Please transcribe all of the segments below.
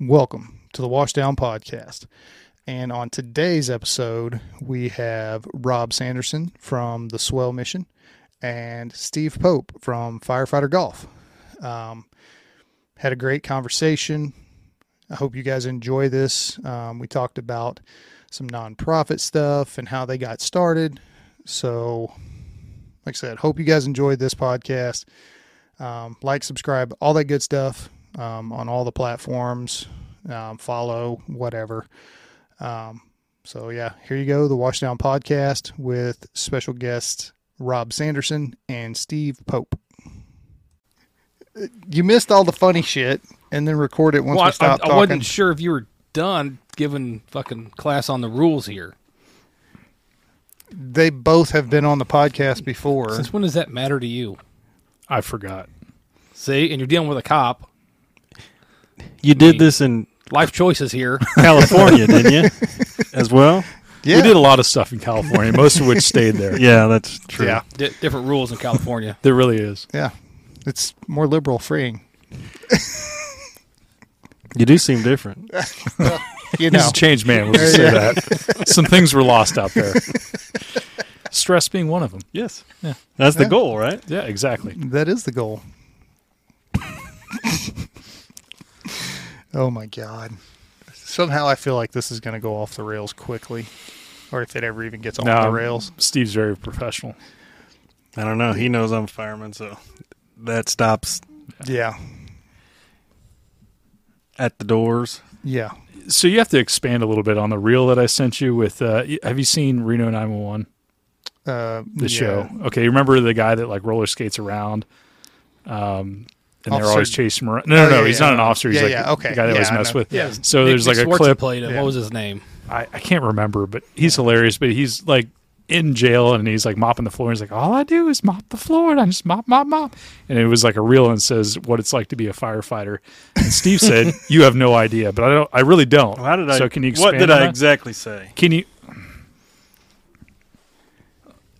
Welcome to the Washdown Podcast. And on today's episode, we have Rob Sanderson from the Swell Mission and Steve Pope from Firefighter Golf. Um, had a great conversation. I hope you guys enjoy this. Um, we talked about some nonprofit stuff and how they got started. So, like I said, hope you guys enjoyed this podcast. Um, like, subscribe, all that good stuff um, on all the platforms. Um, follow, whatever. Um, so, yeah, here you go the Washdown Podcast with special guests Rob Sanderson and Steve Pope. You missed all the funny shit and then record it once Well, I- we stop I, I talking. wasn't sure if you were done giving fucking class on the rules here. They both have been on the podcast before. Since when does that matter to you? I forgot. See, and you're dealing with a cop. You did this in Life choices here. California, didn't you? As well? Yeah. We did a lot of stuff in California, most of which stayed there. Yeah, that's true. Yeah. Di different rules in California. There really is. Yeah. It's more liberal freeing. You do seem different. You He's know. a changed man. We'll just say that. Some things were lost out there. Stress being one of them. Yes. Yeah. That's the Yeah. goal, right? Yeah, exactly. That is the goal. oh my god. Somehow I feel like this is going to go off the rails quickly or if it ever even gets off No, the rails. Steve's very professional. I don't know. He knows I'm a fireman, so that stops Yeah. at the doors. Yeah. So you have to expand a little bit on the reel that I sent you with. Uh, y- have you seen Reno 911? Uh The show. Okay, remember the guy that like roller skates around, um, and Officer- they're always chasing him around. No, no, Oh, no. yeah, he's yeah, not an no. officer. He's Yeah, like yeah, okay. the guy that Yeah, was I messed know. with. Yeah. So Nick- there's Nick like a Swartz clip. Played him. Yeah. What was his name? I, I can't remember, but he's hilarious. But he's like in jail and he's like mopping the floor. He's like, all I do is mop the floor and I just mop, mop, mop. And it was like a reel and says what it's like to be a firefighter. And Steve said, you have no idea, but I don't, I really don't. How did I? So can you what expand did on I that? exactly say? Can you?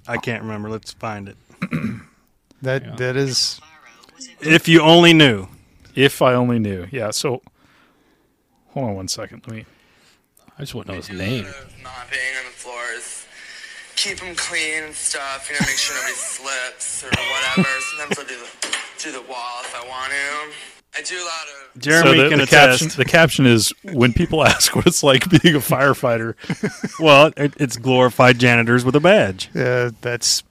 I can't remember. Let's find it. That Yeah. that is If you only knew. If I only knew. Yeah. So hold on one second. Let me. I just wouldn't know his name. Mopping on the floors. Keep them clean and stuff. You know, make sure nobody slips or whatever. Sometimes I'll do the do the wall if I want to. I do a lot of Jeremy so the, can the attest. caption, the caption is when people ask what it's like being a firefighter. Well, it, it's glorified janitors with a badge. uh, that's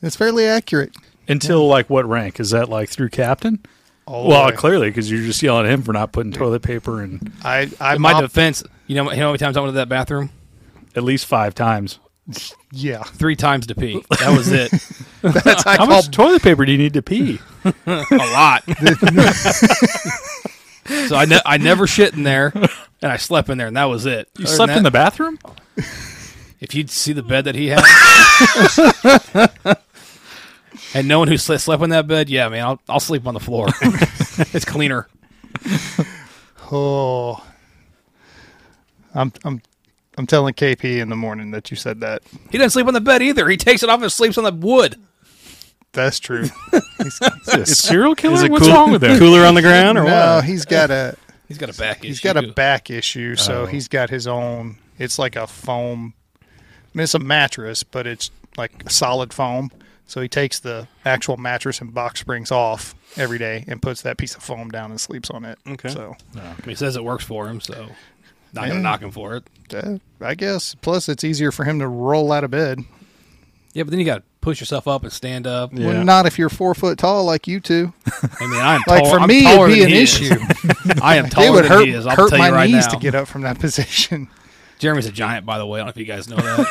that's fairly accurate. Until like what rank is that? Like through captain? All the Well, way. clearly, because you're just yelling at him for not putting toilet paper and I I In my mop- defense, you know, you know how many times I went to that bathroom? at least five times. yeah. Three times to pee. That was it. That's I How call much toilet paper do you need to pee? a lot. so I, ne- I never shit in there, and I slept in there, and that was it. You slept in the bathroom? If you'd see the bed that he had, and no one who sle- slept in that bed, yeah, man, I'll, I'll sleep on the floor. it's cleaner. oh. I'm I'm I'm telling KP in the morning that you said that. He doesn't sleep on the bed either. He takes it off and sleeps on the wood. That's true. It's serial killer. it What's cool- wrong with that? Cooler on the ground or no, what? he's got a He's got a back issue. He's got a back issue, so Oh. he's got his own. It's like a foam. I mean, it's a mattress, but it's like solid foam. So he takes the actual mattress and box springs off every day and puts that piece of foam down and sleeps on it. Okay. So He says it works for him, so not Mm. gonna knock him for it. uh, I guess. Plus, it's easier for him to roll out of bed. Yeah, but then you got to push yourself up and stand up. Yeah. Well, not if you're four foot tall like you two. I mean, I'm Like tall- for I'm me, taller it'd be than an he is. issue. I am taller it would than hurt, he is. I'll hurt tell my you right knees now. to get up from that position. Jeremy's a giant, by the way. I don't know if you guys know that.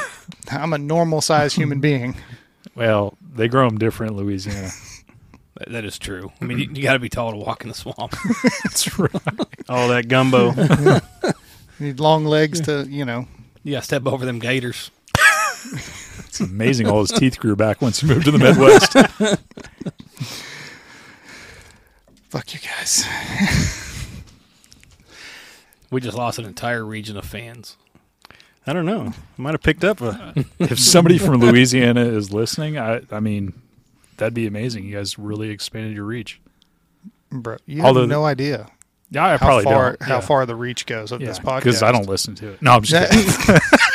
I'm a normal sized human being. Well, they grow them different in Louisiana. That- that is true. I mean, you, you got to be tall to walk in the swamp. That's right. All that gumbo. Need long legs to, you know. you got to step over them gators. It's amazing. All his teeth grew back once he moved to the Midwest. Fuck you guys. We just lost an entire region of fans. I don't know. I might have picked up a. if somebody from Louisiana is listening, I, I mean, that'd be amazing. You guys really expanded your reach. Bro, you Although- have no idea. Yeah, I how probably far don't. how yeah. far the reach goes of this podcast. Because I don't listen to it. No, I'm just kidding. That-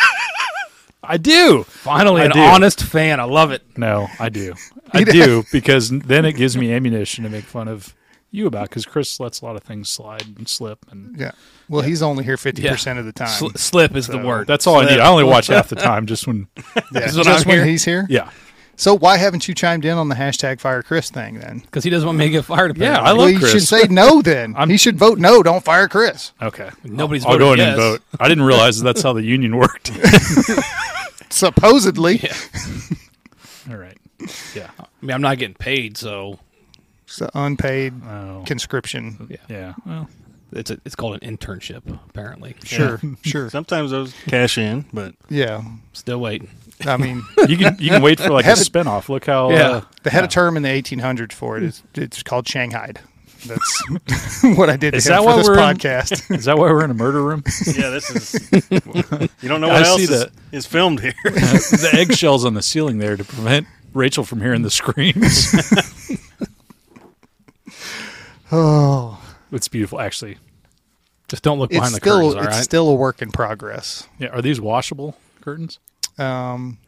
I do. Finally, I an do. honest fan. I love it. No, I do. I do because then it gives me ammunition to make fun of you about because Chris lets a lot of things slide and slip, and yeah. Well, he's only here fifty percent of the time. Sl- slip is the word. that's all I need. I only watch half the time. Just when, Yeah, is what just I'm when here. he's here. yeah, So why haven't you chimed in on the hashtag fire Chris thing then? because he doesn't want me to get fired. Yeah, apparently. I love well, you Chris. should say no then. I'm- he should vote no. Don't fire Chris. okay. Nobody's I'll go in voted and yes. vote. I didn't realize that that's how the union worked. Supposedly. all right. Yeah. I mean, I'm not getting paid, so It's the unpaid Oh. conscription. Yeah. Well. it's a, it's called an internship. Apparently, Sure, sure. Sometimes those cash in, but Yeah. still waiting. I mean, You can you can wait for like a Have it- spinoff. Look how uh, Yeah. they had a term in the 1800s for it. It's, it's called Shanghai. That's what I did to Is him that for why this we're in- podcast. uh, is that why we're in a murder room? yeah, this is. You don't know what I else see is, that. is filmed here. the eggshells on the ceiling there to prevent Rachel from hearing the screams. oh, it's beautiful, actually. Just don't look it's behind the still curtains. All it's right. still a work in progress. Yeah, are these washable curtains? Um,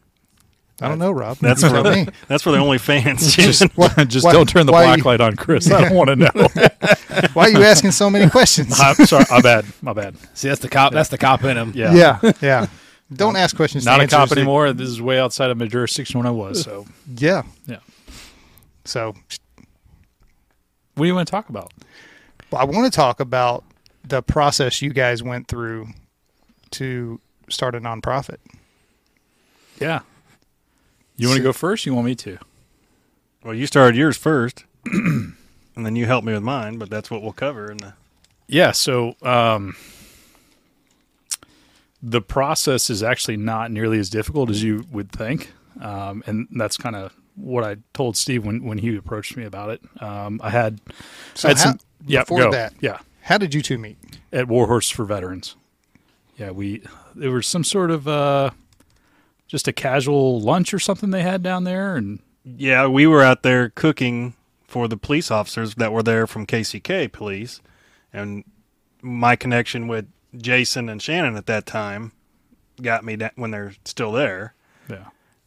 I don't know, Rob. That's You for tell me. the, that's for the only fans. Just, just why- don't turn the why black you- light on, Chris. I don't want to know. Why are you asking so many questions? I'm sorry, my bad, my bad. See, that's the cop. That's the cop in him. Yeah, yeah, yeah. Don't ask questions. not to a cop answers that- anymore. This is way outside of my jurisdiction when I was. So, Yeah. yeah. So What do you want to talk about? I want to talk about the process you guys went through to start a nonprofit. Yeah, you want to go first? You want me to? Well, you started yours first, and then you helped me with mine. But that's what we'll cover. In the, Yeah. So um, the process is actually not nearly as difficult as you would think, um, and that's kind of what I told Steve when when he approached me about it. Um, I had, So I had how- some yeah before go. that- yeah How did you two meet? at Warhorse for Veterans. Yeah, we there was some sort of uh, just a casual lunch or something they had down there, and yeah, we were out there cooking for the police officers that were there from KCK Police, and my connection with Jason and Shannon at that time got me da- when they're still there. yeah,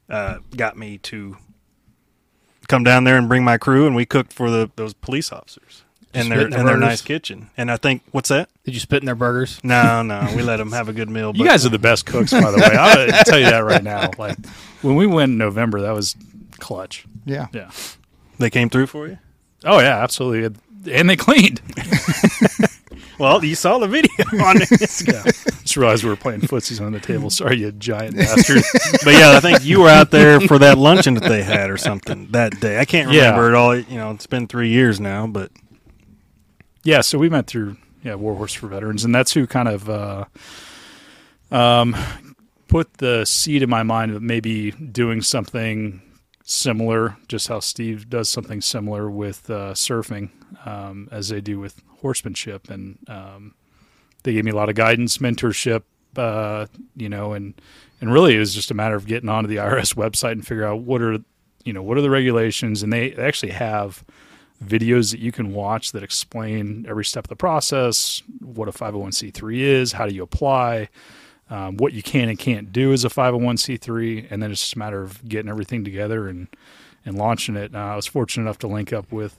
uh, got me to come down there and bring my crew, and we cooked for the those police officers Just and their spit in the and their burgers? nice kitchen. And I think what's that? Did you spit in their burgers? No, no, we let them have a good meal. But You guys are the best cooks, by the way. I'll tell you that right now. Like when we went in November, that was clutch. Yeah. Yeah. they came through for you. Oh yeah, absolutely. And they cleaned. Well, you saw the video on this. Yeah. Just realized we were playing footsies on the table. Sorry, you giant bastard. but yeah, I think you were out there for that luncheon that they had or something that day. I can't Yeah. remember it all. You know, it's been three years now, but yeah, so we met through yeah, War Horse for Veterans, and that's who kind of uh, um, put the seed in my mind of maybe doing something similar, just how Steve does something similar with uh, surfing, um, as they do with horsemanship, and um, they gave me a lot of guidance, mentorship, uh, you know, and and really it was just a matter of getting onto the IRS website and figure out what are you know what are the regulations, and they they actually have videos that you can watch that explain every step of the process, what a 501c3 is, how do you apply, um, what you can and can't do as a 501c3, and then it's just a matter of getting everything together and and launching it. Uh, I was fortunate enough to link up with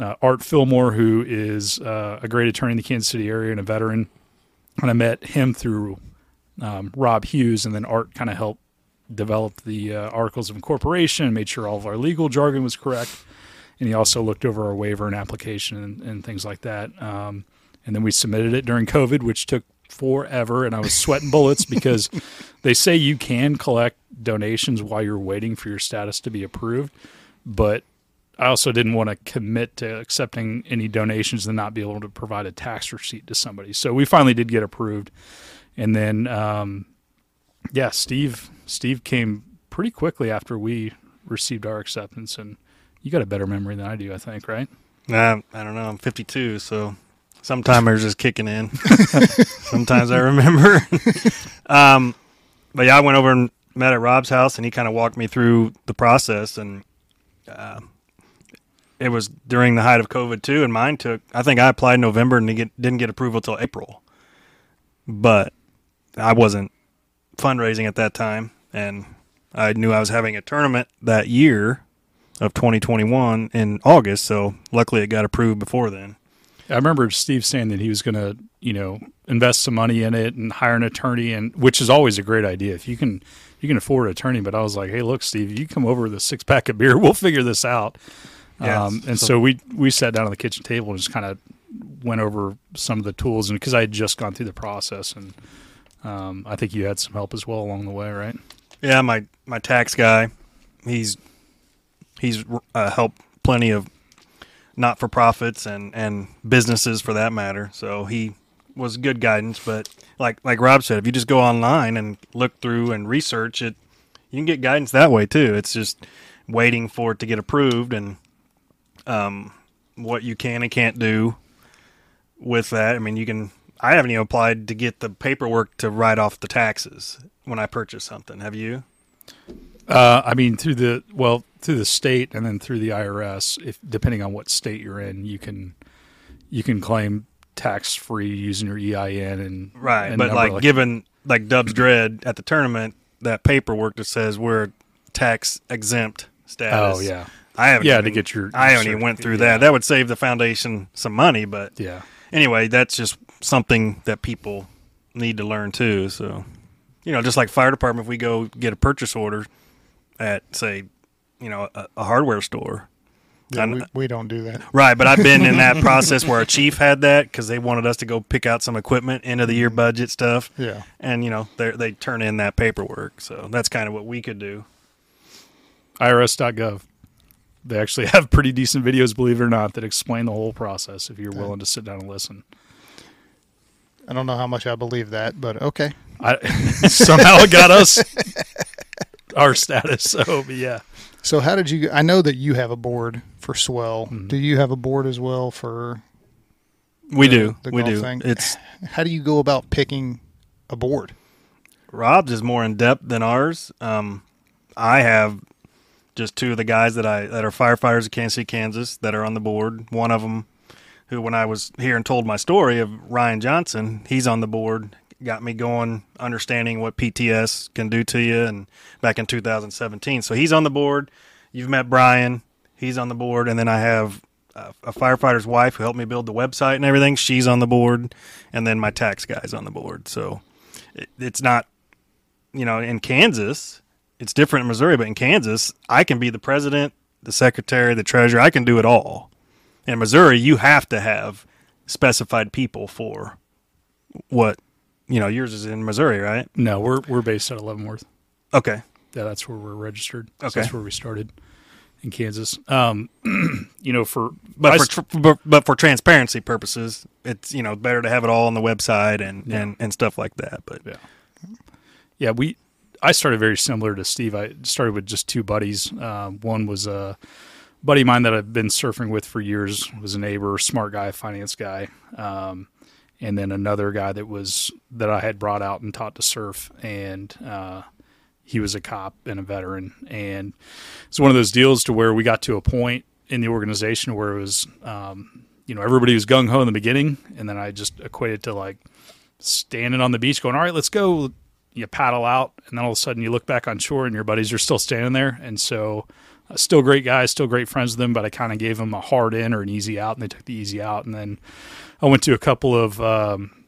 uh, Art Fillmore, who is uh, a great attorney in the Kansas City area and a veteran, and I met him through um, Rob Hughes, and then Art kind of helped develop the uh, articles of incorporation and made sure all of our legal jargon was correct and he also looked over our waiver and application and, and things like that. Um, and then we submitted it during COVID, which took forever, and I was sweating bullets because they say you can collect donations while you're waiting for your status to be approved, but I also didn't want to commit to accepting any donations and not be able to provide a tax receipt to somebody. So we finally did get approved, and then um, yeah, Steve Steve came pretty quickly after we received our acceptance and you got a better memory than I do, I think, right? uh, I don't know. I'm 52, so sometimes just kicking in. Sometimes I remember. um, but yeah, I went over and met at Rob's house, and he kind of walked me through the process. And uh, it was during the height of COVID too, and mine took. I think I applied in November and didn't get, didn't get approval till April. But I wasn't fundraising at that time, and I knew I was having a tournament that year of 2021 in August. So luckily, it got approved before then. I remember Steve saying that he was going to, you know, invest some money in it and hire an attorney, and which is always a great idea if you can you can afford an attorney. But I was like, hey, look, Steve, if you come over with a six pack of beer, we'll figure this out. Yeah, um, and so we we sat down on the kitchen table and just kind of went over some of the tools, and because I had just gone through the process, and um, I think you had some help as well along the way, right? Yeah, my my tax guy, he's he's uh, helped plenty of not for profits and and businesses for that matter. So he was good guidance, but like like Rob said, if you just go online and look through and research it, you can get guidance that way too. It's just waiting for it to get approved and um what you can and can't do with that. I mean, you can I haven't even applied to get the paperwork to write off the taxes when I purchase something. Have you? Uh, I mean, through the well, through the state, and then through the IRS. If depending on what state you're in, you can you can claim tax free using your EIN and Right, and but number like, given like Dub's dread at the tournament, that paperwork that says we're tax exempt status. oh yeah, I haven't. Yeah, to even, get your- I haven't your even went certi- through that. That would save the foundation some money, but yeah. anyway, that's just something that people need to learn too. So, you know, just like fire department, if we go get a purchase order at say, you know, a, a hardware store. Yeah, I'm- we, we don't do that. Right, but I've been in that process where our chief had that because they wanted us to go pick out some equipment, end of the Mm-hmm. year budget stuff Yeah. and you know they they turn in that paperwork. So that's kind of what we could do. IRS.gov. They actually have pretty decent videos, believe it or not, that explain the whole process if you're willing to sit down and listen. I don't know how much I believe that, but okay. I, somehow it got us our status. So Oh, but yeah, So how did you I know that you have a board for Swell. Do you have a board as well for We the- do, the we golf do. thing? It's how do you go about picking a board? Rob's is more in depth than ours. Um, I have just two of the guys that I that are firefighters of Kansas City, Kansas, that are on the board. One of them, who when I was here and told my story of Ryan Johnson, he's on the board. Got me going, understanding what PTS can do to you, and back in 2017. So he's on the board. You've met Brian. He's on the board, and then I have a, a firefighter's wife who helped me build the website and everything. She's on the board, and then my tax guy's on the board. So it, it's not you know, in Kansas, it's different in Missouri, but in Kansas, I can be the president, the secretary, the treasurer. I can do it all. In Missouri, you have to have specified people for what, you know, yours is in Missouri, right? no, we're we're based out of Leavenworth. Okay. Yeah, that's where we're registered. Okay. that's where we started in Kansas. Um, you know, for But I for s- tr- but- but for transparency purposes, it's you know better to have it all on the website and, and, and stuff like that. But Yeah. Yeah, we. I started very similar to Steve. I started with just two buddies. Um, one was a buddy of mine that I've been surfing with for years. Was a neighbor, smart guy, finance guy, um, and then another guy that was that I had brought out and taught to surf, and uh, he was a cop and a veteran. And it's one of those deals to where we got to a point in the organization where it was, um, you know, everybody was gung ho in the beginning, and then I just equated to like standing on the beach going, all right, let's go. You paddle out, and then all of a sudden you look back on shore and your buddies are still standing there. And so, uh, still great guys, still great friends with them, but I kind of gave them a hard in or an easy out, and they took the easy out. And then I went to a couple of um,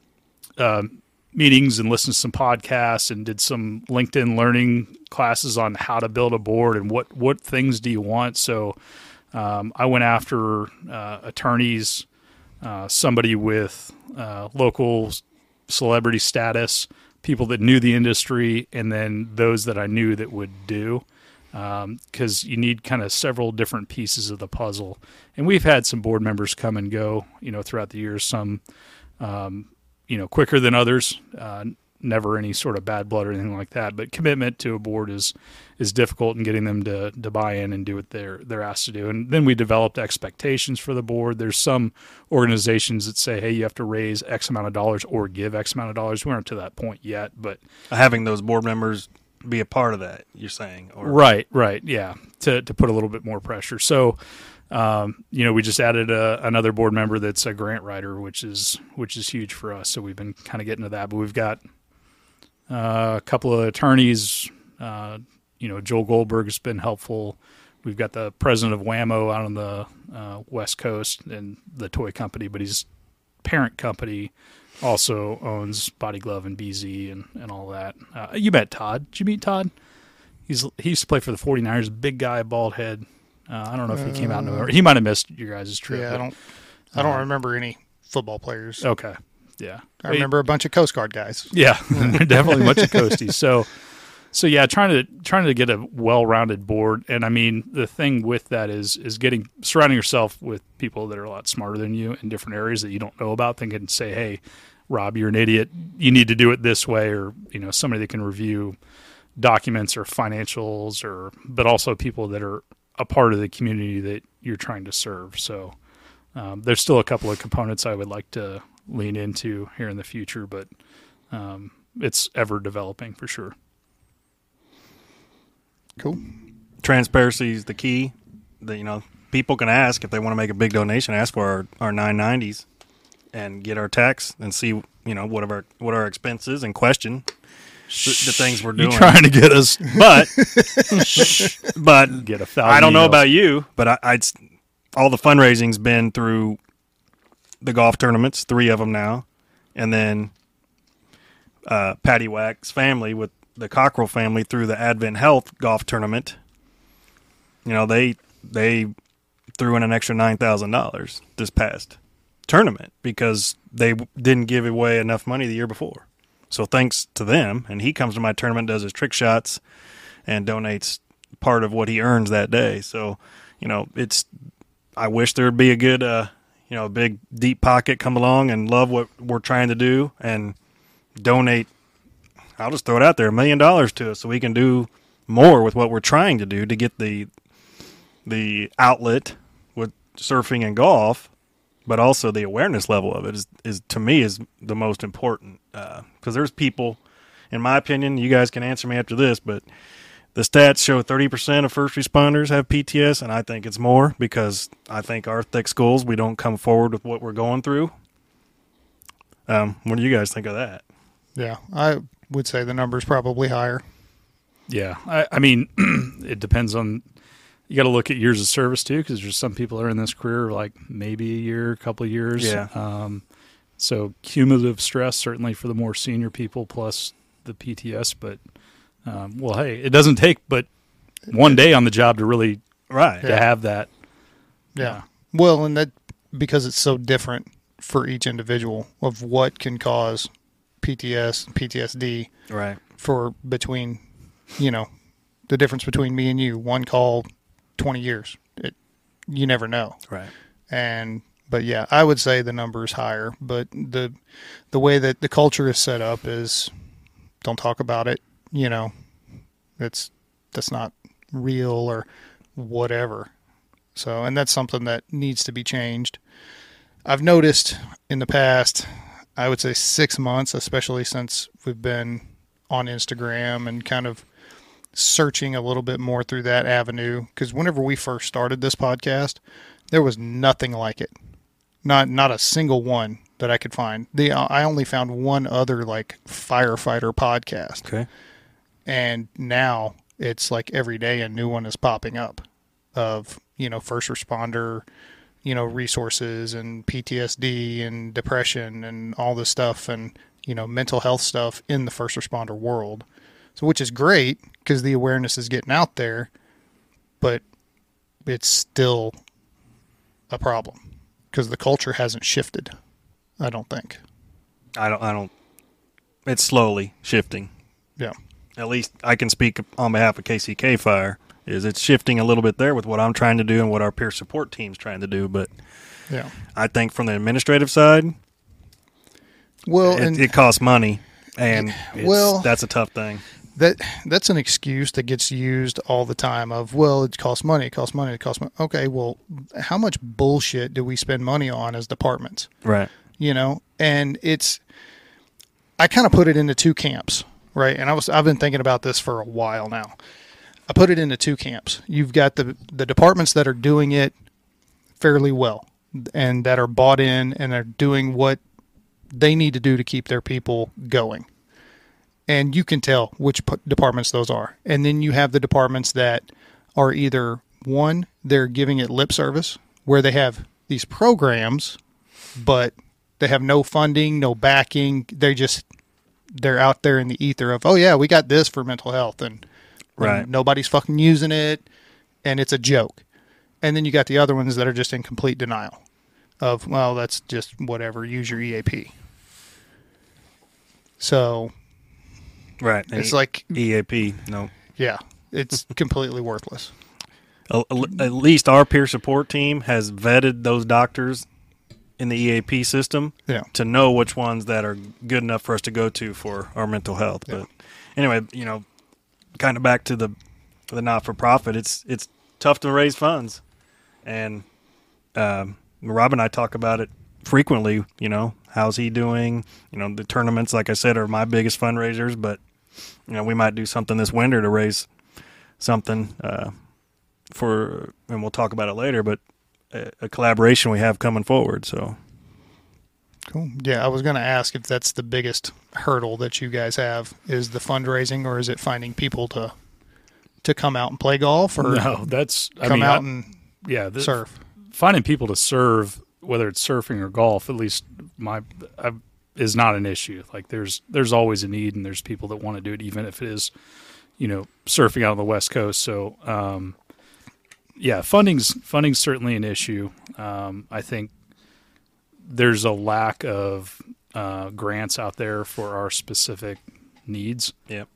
um meetings and listened to some podcasts and did some LinkedIn learning classes on how to build a board and what, what things do you want. So, um, I went after uh, attorneys, uh, somebody with uh, local celebrity status, people that knew the industry, and then those that I knew that would do. Because you need kind of several different pieces of the puzzle. And we've had some board members come and go, you know, throughout the years, some, um, you know, quicker than others. Uh, never any sort of bad blood or anything like that. But commitment to a board is is difficult in getting them to, to buy in and do what they're they're asked to do. And then we developed expectations for the board. There's some organizations that say, hey, you have to raise X amount of dollars or give X amount of dollars. We aren't to that point yet, but having those board members be a part of that, you're saying, or Right, right, yeah. To to put a little bit more pressure. So Um, you know, we just added a, another board member that's a grant writer, which is which is huge for us. So we've been kind of getting to that, but we've got uh, a couple of attorneys. Uh, you know, Joel Goldberg's been helpful. We've got the president of Whammo out on the uh, West Coast and the toy company, but his parent company also owns Body Glove and BZ and, and all that. Uh, you met Todd. Did you meet Todd? He's he used to play for the 49ers. Big guy, bald head. Uh, I don't know if he came out in November. He might have missed your guys' trip. Yeah, uh, Oh, but- I don't. I don't remember any football players. Okay. Yeah. I remember a bunch of Coast Guard guys. Yeah, definitely much of coasty. So, so yeah, trying to trying to get a well-rounded board, and I mean the thing with that is is getting surrounding yourself with people that are a lot smarter than you in different areas that you don't know about. That can say, hey, Rob, you're an idiot. You need to do it this way, or you know somebody that can review documents or financials, or but also people that are a part of the community that you're trying to serve. So. Um, there's still a couple of components I would like to lean into here in the future, but um, it's ever developing for sure. Cool. Transparency is the key. That you know, people can ask if they want to make a big donation. Ask for our, our 990s and get our tax and see you know what our what our expenses and question the, the things we're doing. You trying to get us But but get a thousand? I don't know emails. about you, but I, I'd s- all the fundraising's been through the golf tournaments, three of them now, and then uh, Patty Wack's family with the Cockrell family through the Advent Health golf tournament. You know they they threw in an extra nine thousand dollars this past tournament because they w- didn't give away enough money the year before. So thanks to them, and he comes to my tournament, does his trick shots, and donates part of what he earns that day. So, you know, it's I wish there'd be a good uh, you know, a big deep pocket come along and love what we're trying to do and donate I'll just throw it out there, a million dollars to us so we can do more with what we're trying to do to get the the outlet with surfing and golf, but also the awareness level of it is, is to me is the most important because there's people, in my opinion, you guys can answer me after this, but the stats show 30% of first responders have PTS, and I think it's more because I think our thick schools, we don't come forward with what we're going through. Um, what do you guys think of that? Yeah, I would say the number's probably higher. Yeah, I, I mean, it depends on. You got to look at years of service too, because there's some people that are in this career like maybe a year, a couple of years. Yeah. Um, so cumulative stress certainly for the more senior people, plus the PTS. But um, well, hey, it doesn't take but one day on the job to really Right. to have that. Yeah. Well, and that because it's so different for each individual of what can cause PTS, PTSD Right. for between, you know, the difference between me and you, one call, 20 years. It, you never know. Right. and but yeah, I would say the number is higher. But the the way that the culture is set up is don't talk about it. You know, it's that's not real or whatever. So, and that's something that needs to be changed. I've noticed in the past, I would say six months, especially since we've been on Instagram and kind of searching a little bit more through that avenue because whenever we first started this podcast, there was nothing like it. Not not a single one that I could find. The I only found one other like firefighter podcast, Okay. and now it's like every day a new one is popping up of you know first responder, you know resources and PTSD and depression and all this stuff and you know mental health stuff in the first responder world. So which is great because the awareness is getting out there, but it's still a problem because the culture hasn't shifted. I don't think. I don't. I don't. It's slowly shifting. Yeah. At least I can speak on behalf of KCK Fire. Is it's shifting a little bit there with what I'm trying to do and what our peer support team's trying to do. But Yeah. I think from the administrative side, Well, and it, it costs money, and it's- Well- that's a tough thing. that that's an excuse that gets used all the time of well it costs money it costs money it costs money okay well how much bullshit do we spend money on as departments Right. you know and it's i kind of put it into two camps right and i was i've been thinking about this for a while now i put it into two camps you've got the the departments that are doing it fairly well and that are bought in and are doing what they need to do to keep their people going. And you can tell which p- departments those are. And then you have the departments that are either one, they're giving it lip service, where they have these programs, but they have no funding, no backing. They just, they're out there in the ether of, oh, yeah, we got this for mental health. And Right. and nobody's fucking using it and it's a joke and then you got the other ones that are just in complete denial of well that's just whatever use your E eap so Right. and it's like EAP. No. yeah it's completely worthless A- a- At least our peer support team has vetted those doctors in the EAP system Yeah. to know which ones that are good enough for us to go to for our mental health. But anyway, you know, kind of back to the the not for profit. It's it's tough to raise funds, and um, Rob and I talk about it frequently. You know, how's he doing? You know, the tournaments, like I said, are my biggest fundraisers. But you know, we might do something this winter to raise something uh, for, and we'll talk about it later. But a, a collaboration we have coming forward. So cool yeah i was going to ask if that's the biggest hurdle that you guys have is the fundraising or is it finding people to to come out and play golf or No, that's I come mean, out I- and yeah, the, surf finding people to serve, whether it's surfing or golf, at least my I, is not an issue. Like there's there's always a need, and there's people that want to do it, even if it is, you know, surfing out on the West Coast. So, um, yeah, funding's funding's certainly an issue. Um, I think there's a lack of uh, grants out there for our specific needs. yeah,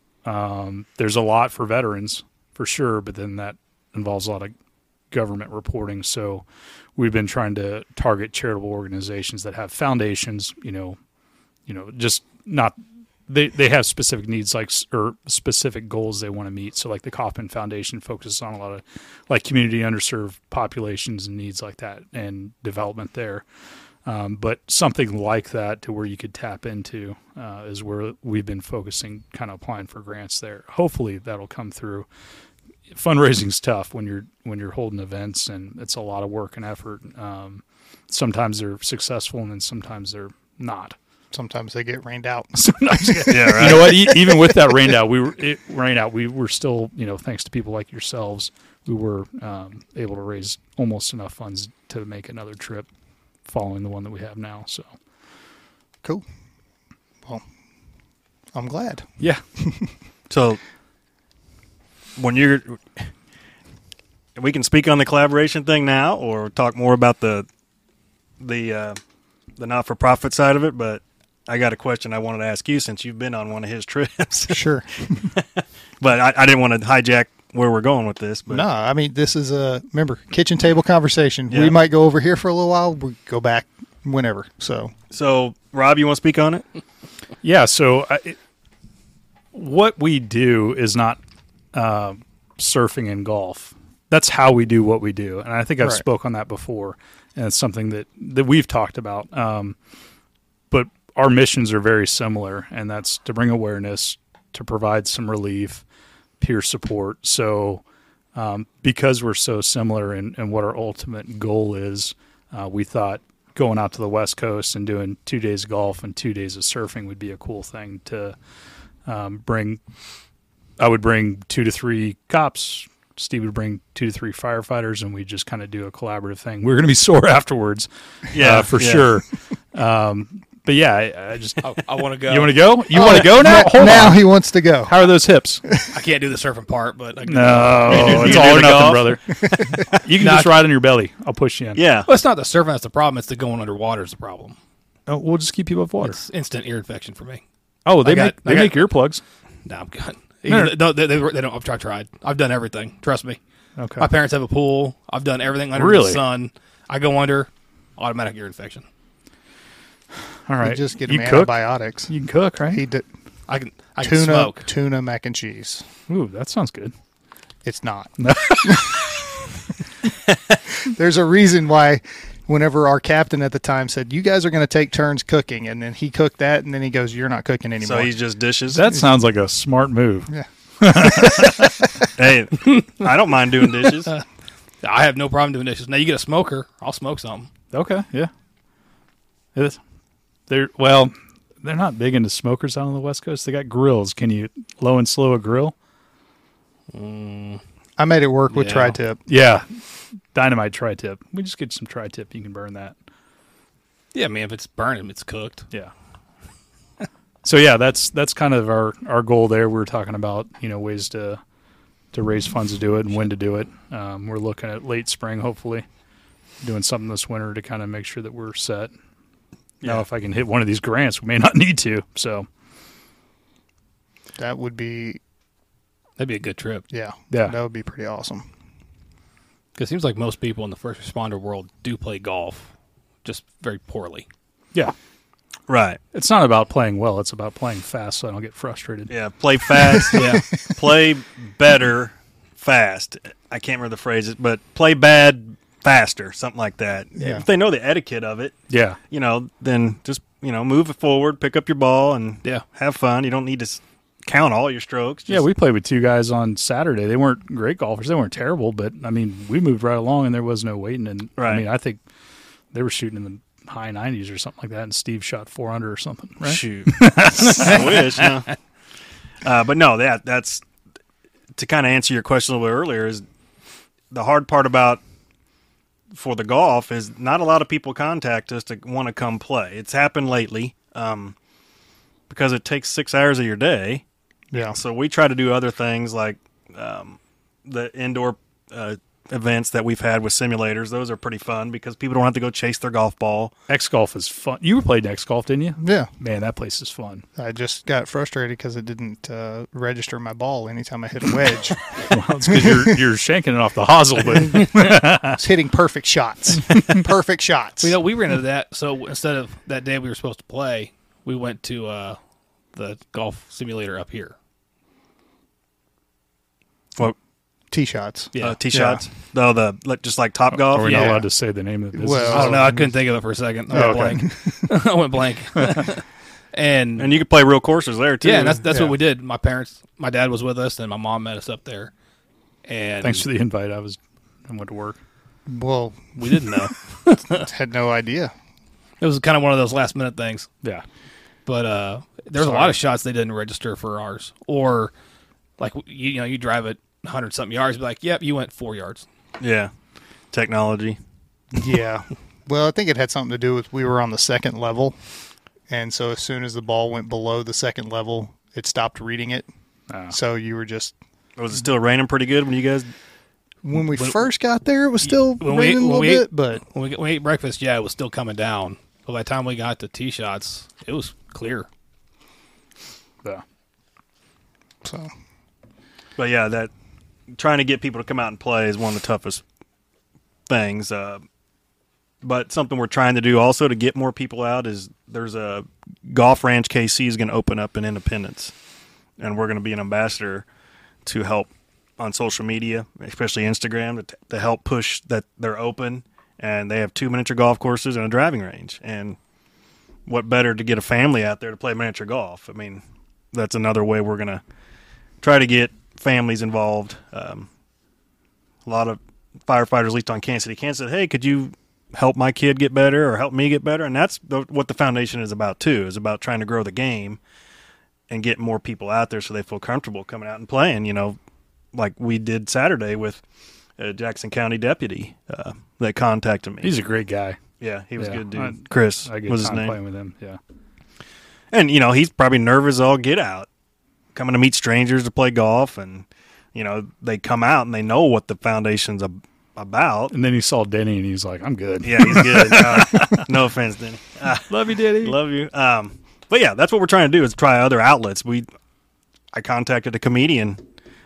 There's a lot for veterans for sure, but then that involves a lot of government reporting. So we've been trying to target charitable organizations that have foundations, you know, you know, just not they they have specific needs like s- or specific goals they want to meet. So like the Kauffman Foundation focuses on a lot of like community underserved populations and needs like that and development there. Um, but something like that to where you could tap into uh, is where we've been focusing, kind of applying for grants there. Hopefully that'll come through fundraising's tough when you're when you're holding events and it's a lot of work and effort. Um, sometimes they're successful and then sometimes they're not. sometimes they get rained out Sometimes yeah, right. you know what? E- Even with that rain out, we were it rained out. We were still, you know, thanks to people like yourselves, we were um, able to raise almost enough funds to make another trip following the one that we have now. So cool well i'm glad yeah, So when you're we can speak on the collaboration thing now or talk more about the the uh, the not for profit side of it, but I got a question I wanted to ask you since you've been on one of his trips. sure but I, I didn't want to hijack where we're going with this. But No, I mean this is a remember kitchen table conversation. Yeah. We might go over here for a little while. We go back whenever. So so Rob, you want to speak on it? yeah. So I, it- what we do is not uh, surfing and golf. That's how we do what we do, and I think I've Right. spoke on that before, and it's something that that we've talked about. Um, but our missions are very similar, and that's to bring awareness, to provide some relief, peer support. So, um, because we're so similar in, in what our ultimate goal is, uh, we thought going out to the West Coast and doing two days of golf and two days of surfing would be a cool thing to um, bring. I would bring two to three cops. Steve would bring two to three firefighters, and we would just kind of do a collaborative thing. We're going to be sore afterwards, uh, for yeah. sure. Um, But yeah, I, I just I, I want to go. you want to go? You want to go now? N- Oh, Hold now on. he wants to go. How are those hips? I can't do the surfing part, but I can No, You it's do all the or golf? nothing, brother. You can just ride on your belly. I'll push you in. Yeah. Well, it's not the surfing that's the problem. It's the going underwater is the problem. Oh, we'll just keep you above water. It's instant ear infection for me. Oh, they I got- make they I got- make earplugs. No, I'm good. Even No. though they, they, they don't. I've tried, tried. I've done everything. Trust me. Okay. My parents have a pool. I've done everything under Really? the sun. I go under, automatic ear infection. All You right. just get him you cook. antibiotics. You can cook, right? He did I can. I can tuna smoke. tuna mac and cheese. Ooh, that sounds good. It's not. There's a reason why. Whenever our captain at the time said, "You guys are going to take turns cooking," and then he cooked that, and then he goes, "You're not cooking anymore." So he's just dishes. That sounds like a smart move. yeah. hey, I don't mind doing dishes. I have no problem doing dishes. Now you get a smoker, I'll smoke something. Okay, yeah. It's- they're well, they're not big into smokers out on the West Coast. They got grills. Can you low and slow a grill? I made it work with Yeah. tri tip. Yeah, dynamite tri-tip. We just get some tri-tip. You can burn that. Yeah, I mean, if it's burning, it's cooked. Yeah. so yeah, that's that's kind of our our goal there. We were talking about you know ways to to raise funds to do it and when to do it. Um, we're looking at late spring, hopefully, doing something this winter to kind of make sure that we're set. Now, Yeah. if I can hit one of these grants, we may not need to. So That would be, That'd be a good trip. yeah, Yeah. that would be pretty awesome. Because it seems like most people in the first responder world do play golf, just very poorly. yeah, Right. it's not about playing well; it's about playing fast, so I don't get frustrated. Yeah. Play fast. Yeah. play better fast. I can't remember the phrases, but play bad faster, something like that. Yeah. If they know the etiquette of it, Yeah, you know, then just you know move it forward, pick up your ball, and Yeah. have fun. You don't need to s- count all your strokes. yeah. Just- We played with two guys on Saturday. They weren't great golfers; they weren't terrible, but I mean, we moved right along, and there was no waiting. And I Right. mean, I think they were shooting in the high nineties or something like that, and Steve shot four under or something. Right? shoot. I wish. no. Uh, but no, that that's to kind of answer your question a little bit earlier is the hard part about for the golf is not a lot of people contact us to want to come play. It's happened lately um, because it takes six hours of your day. Yeah. So we try to do other things like um, the indoor uh, events that we've had with simulators. Those are pretty fun because people don't have to go chase their golf ball. X golf is fun. You played X golf, didn't you? Yeah. Man, that place is fun. I just got frustrated because it didn't uh, register my ball anytime I hit a wedge. Well, it's 'cause you're, you're shanking it off the hosel, but It's hitting perfect shots. perfect shots. You know, we ran into that. So instead of that day we were supposed to play, we went to uh, the golf simulator up here. What Tee shots. Yeah. uh, tee shots. No, the like, just like Top Golf. are we not Yeah. allowed to say the name of the business? Well- I don't know. I couldn't think of it for a second. I went Oh, okay. blank. I went blank. and, and you can play real courses there too. yeah, and that's that's Yeah. what we did. My parents, my dad was with us, and my mom met us up there. And Thanks for the invite. I was I went to work. Well, we didn't know. had no idea. it was kind of one of those last minute things. Yeah, But uh, there's a lot of shots they didn't register for ours, or like you, you know, you drive it 100 something yards, be like, yep, you went four yards. yeah, technology. Yeah. well, I think it had something to do with we were on the second level. And so as soon as the ball went below the second level, it stopped reading it. Ah. So you were just. Was it still raining pretty good when you guys? When we first got there, it was still when we- raining a when little we- bit, but When we, we ate breakfast, yeah, it was still coming down. But by the time we got to tee shots, it was clear. yeah. so But yeah, that trying to get people to come out and play is one of the toughest things. Uh, but something we're trying to do also to get more people out is there's a golf ranch KC is going to open up in Independence, and we're going to be an ambassador to help on social media, especially Instagram, to, to help push that they're open and they have two miniature golf courses and a driving range. And what better to get a family out there to play miniature golf? I mean, that's another way we're going to try to get families involved. Um, a lot of firefighters, at least on Kansas City, Kansas, said, "Hey, could you help my kid get better or help me get better?" And that's the, what the foundation is about too. Is about trying to grow the game and get more people out there so they feel comfortable coming out and playing. You know, like we did Saturday with a Jackson County deputy uh, that contacted me. He's a great guy. yeah, he was yeah, a good dude. I- Chris I get was his time name. playing with him. Yeah, And you know, he's probably nervous all get out, coming to meet strangers to play golf, and you know they come out and they know what the foundation's ab- about. and then he saw Denny, and he's like, "I'm good." Yeah, he's good. Uh, no offense, Denny. Uh, love you, Denny. love you. Um, but yeah, that's what we're trying to do is try other outlets. We, I contacted a comedian,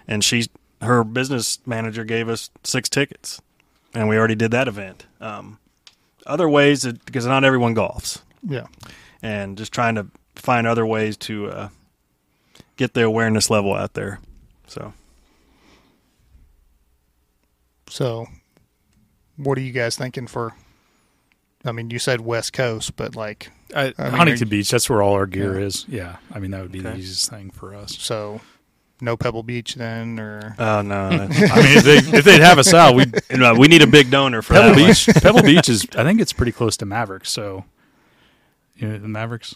and she, her business manager gave us six tickets, and we already did that event. Um, other ways that, because not everyone golfs yeah. and just trying to find other ways to uh, get the awareness level out there. So So what are you guys thinking for I mean, you said West Coast, but like I, I mean, are Huntington you- Beach. That's where all our gear is. Yeah, I mean that would be the Okay. easiest thing for us. so no Pebble Beach then, or Oh no, that's- I mean, if, they, if they'd have us out, we no, we need a big donor for Pebble that. one. Beach. Pebble Beach is, I think it's pretty close to Mavericks. So, you know, the Mavericks.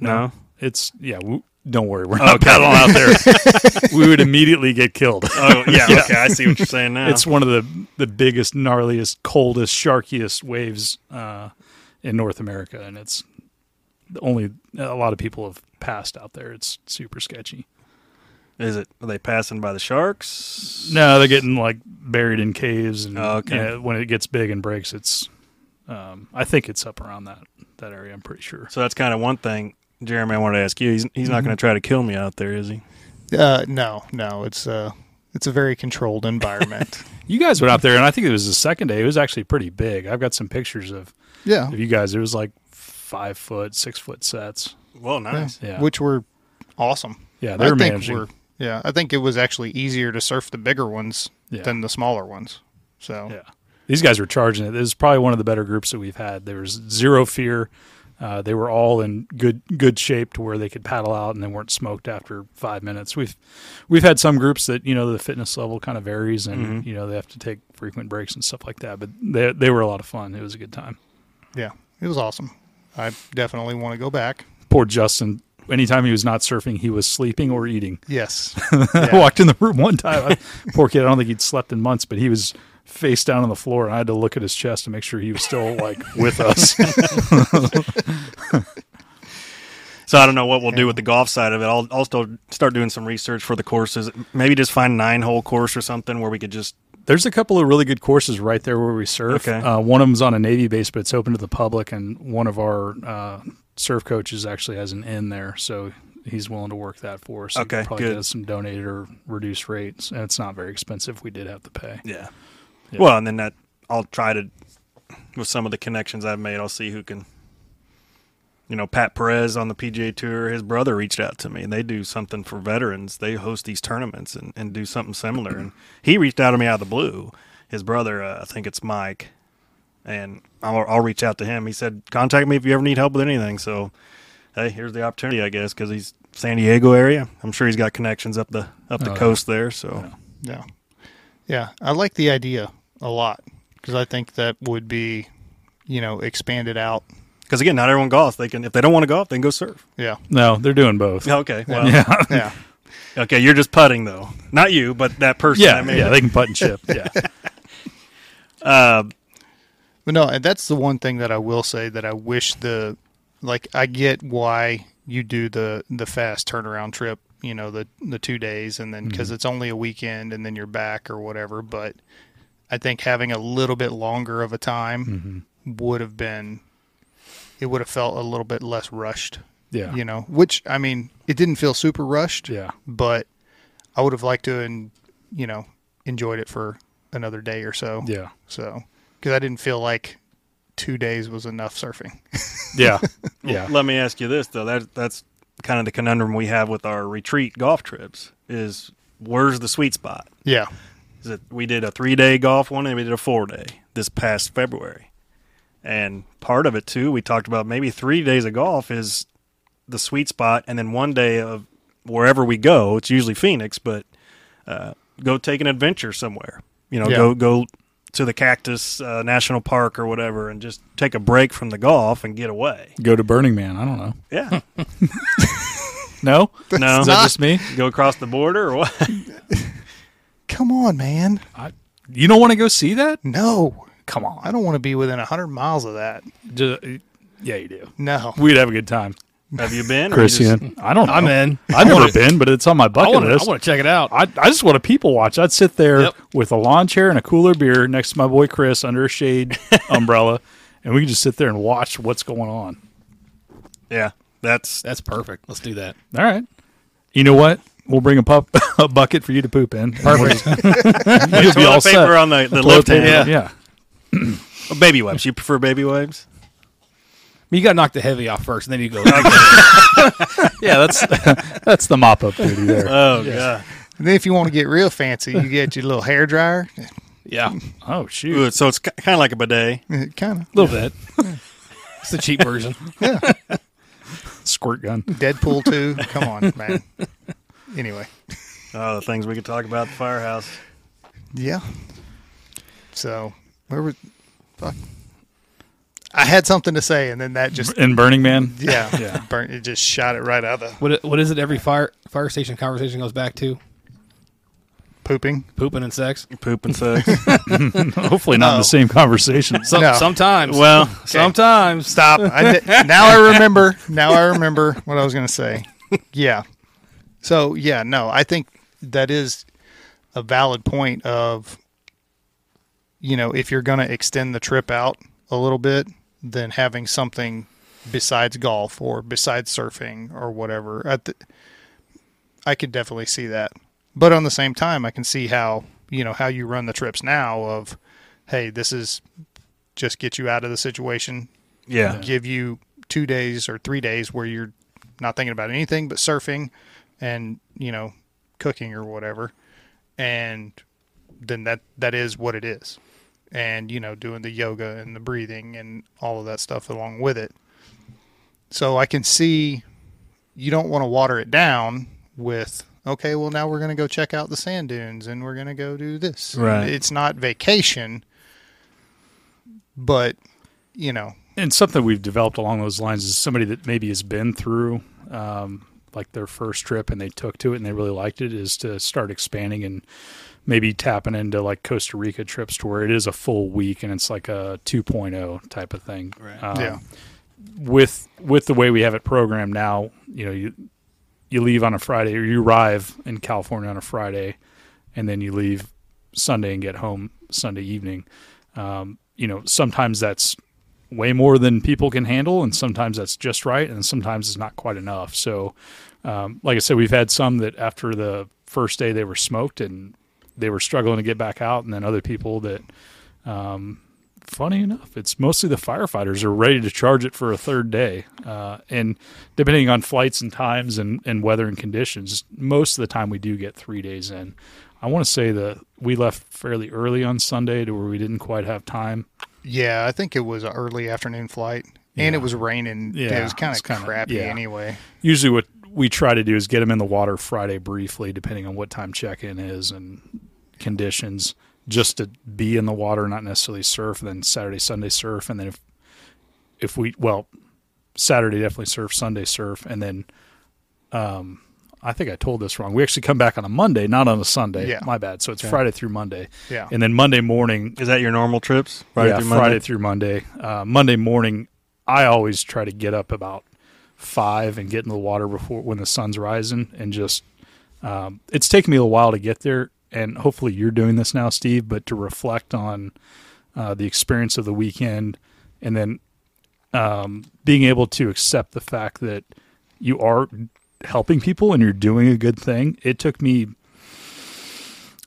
No, It's yeah. We, don't worry, we're oh, not. cattle out there. we would immediately get killed. Oh yeah, okay, I see what you're saying now. It's one of the the biggest, gnarliest, coldest, sharkiest waves uh, in North America, and it's only a lot of people have passed out there. It's super sketchy. Is it? Are they passing by the sharks? No, they're getting like buried in caves, and Oh, okay. yeah, when it gets big and breaks, it's. Um, I think it's up around that that area. I'm pretty sure. So that's kind of one thing, Jeremy. I wanted to ask you. He's he's not going to try to kill me out there, is he? uh, no, no, it's uh, it's a very controlled environment. You guys went out there, and I think it was the second day. It was actually pretty big. I've got some pictures of, yeah, of you guys. It was like five foot, six foot sets. Well, yeah, nice. Yeah. which were awesome. Yeah, they were I think managing. we're- yeah, I think it was actually easier to surf the bigger ones Yeah. than the smaller ones. So Yeah. These guys were charging it. It was probably one of the better groups that we've had. There was zero fear. Uh, they were all in good good shape to where they could paddle out and they weren't smoked after five minutes. We've we've had some groups that you know the fitness level kind of varies and you know they have to take frequent breaks and stuff like that. But they they were a lot of fun. It was a good time. yeah, it was awesome. I definitely want to go back. Poor Justin. Anytime he was not surfing, he was sleeping or eating. Yes, I Yeah. walked in the room one time. I, poor kid. I don't think he'd slept in months, but he was face down on the floor, and I had to look at his chest to make sure he was still like with us. So I don't know what we'll do with the golf side of it. I'll I'll still start doing some research for the courses. Maybe just find nine hole course or something where we could just There's a couple of really good courses right there where we surf. Okay. Uh, one of them's on a Navy base, but it's open to the public, and one of our uh, surf coaches actually has an inn there, so he's willing to work that for us. He could Okay, probably good. get us some donated or reduced rates, and it's not very expensive. We did have to pay. yeah. Well, and then that I'll try to with some of the connections I've made. I'll see who can. You know, Pat Perez on the PGA Tour, his brother reached out to me, and they do something for veterans. They host these tournaments and, and do something similar. And he reached out to me out of the blue. His brother, uh, I think it's Mike, and I'll, I'll reach out to him. He said, "Contact me if you ever need help with anything." So, hey, here's the opportunity, I guess, because he's San Diego area. I'm sure he's got connections up the up the Oh, yeah. coast there. So, yeah, yeah. I like the idea a lot because I think that would be, you know, expanded out. because again, not everyone golf. They can if they don't want to golf, they can go surf. Yeah, No, they're doing both. Okay, well, yeah. okay, you're just putting though, not you, but that person. Yeah, I mean, yeah, they can putt and chip. Yeah, uh, But no, and that's the one thing that I will say that I wish the like I get why you do the the fast turnaround trip, you know, the the 2 days and Mm-hmm. then cuz it's only a weekend and then you're back or whatever, but I think having a little bit longer of a time Mm-hmm. would have been it would have felt a little bit less rushed. Yeah. You know, which I mean, it didn't feel super rushed. Yeah. But I would have liked to and you know, enjoyed it for another day or so. yeah, So, because I didn't feel like two days was enough surfing. yeah, yeah. Let me ask you this though. That that's kind of the conundrum we have with our retreat golf trips is where's the sweet spot? Yeah. is that we did a three day golf one and we did a four day this past February. And part of it too, we talked about maybe three days of golf is the sweet spot, and then one day of wherever we go. It's usually Phoenix, but uh, go take an adventure somewhere. You know, Yeah. go go to the Cactus uh, National Park or whatever, and just take a break from the golf and get away. Go to Burning Man. I don't know. Yeah, No, no, is that just me? go across the border or what? Come on, man. I, you don't want to go see that? No, Come on. I don't want to be within a hundred miles of that. Just, yeah, you do. No. We'd have a good time. Have you been, or you just- Christian. I don't know. I'm in. I've never been, but it's on my I bucket want to. I list. want to check it out. I, I just want to people watch. I'd sit there Yep. with a lawn chair and a cooler beer next to my boy Chris under a shade umbrella, and we could just sit there and watch what's going on. Yeah, that's That's perfect. Let's do that. All right. You know what? We'll bring a, pup, a bucket for you to poop in. Perfect. You'll be all toilet paper set. on the, the Toilet left hand. paper, yeah. yeah. Oh, baby wipes. You prefer baby wipes? You got to knock the heavy off first, and then you go. Yeah, that's that's the mop up duty there. Oh yeah. And then if you want to get real fancy, you get your little hair dryer. yeah, oh shoot. Ooh, so it's kind of like a bidet. kind a little bit. It's the cheap version. of. Yeah. Squirt gun. Deadpool 2. Come on, man. Anyway, Oh, the things we could talk about at the firehouse. yeah. So where was? Fuck. I had something to say, and then that just in Burning Man. yeah, Yeah. burnt. It just shot it right out of the What what is it? Every fire fire station conversation goes back to pooping. pooping and sex. Poop and sex. Hopefully not in the same conversation. Some, No. Sometimes, well, sometimes. Stop. I did, now I remember. Now I remember what I was going to say. Yeah. So yeah, no, I think that is a valid point of you know, if you're going to extend the trip out a little bit, then having something besides golf or besides surfing or whatever. I, th- I could definitely see that. But on the same time, I can see how, you know, how you run the trips now of hey, this is just get you out of the situation, yeah. give you two days or three days where you're not thinking about anything but surfing and you know cooking or whatever and then that that is what it is and you know doing the yoga and the breathing and all of that stuff along with it so i can see you don't want to water it down with okay well now we're going to go check out the sand dunes and we're going to go do this Right. it's not vacation but you know and something we've developed along those lines is somebody that maybe has been through um, like their first trip and they took to it and they really liked it is to start expanding and maybe tapping into like Costa Rica trips to where it is a full week and it's like a 2.0 type of thing. Um, Right. yeah With with the way we have it programmed now, you know, you you leave on a Friday or you arrive in California on a Friday and then you leave Sunday and get home Sunday evening. Um, you know, sometimes that's way more than people can handle, and sometimes that's just right, and sometimes it's not quite enough. So, um, like I said, we've had some that after the first day they were smoked and they were struggling to get back out, and then other people that, um, funny enough, it's mostly the firefighters are ready to charge it for a third day, uh, and depending on flights and times and and weather and conditions, most of the time we do get three days in. I want to say that we left fairly early on Sunday to where we didn't quite have time. Yeah, I think it was an early afternoon flight, and it was raining. Yeah, it was kind it's of kinda- crappy yeah. anyway. usually what we try to do is get them in the water Friday briefly, depending on what time check in is and conditions, just to be in the water, not necessarily surf. And then Saturday, Sunday surf, and then if if we well, Saturday definitely surf, Sunday surf, and then um, I think I told this wrong. We actually come back on a Monday, not on a Sunday. Yeah. my bad. So it's Friday through Monday. Yeah. and then Monday morning Is that your normal trips? Friday yeah, through Monday? Friday through Monday. Uh, Monday morning, I always try to get up about five and get in the water before when the sun's rising, and just um, it's taken me a while to get there. And hopefully, you're doing this now, Steve. But to reflect on uh, the experience of the weekend, and then um, being able to accept the fact that you are helping people and you're doing a good thing. It took me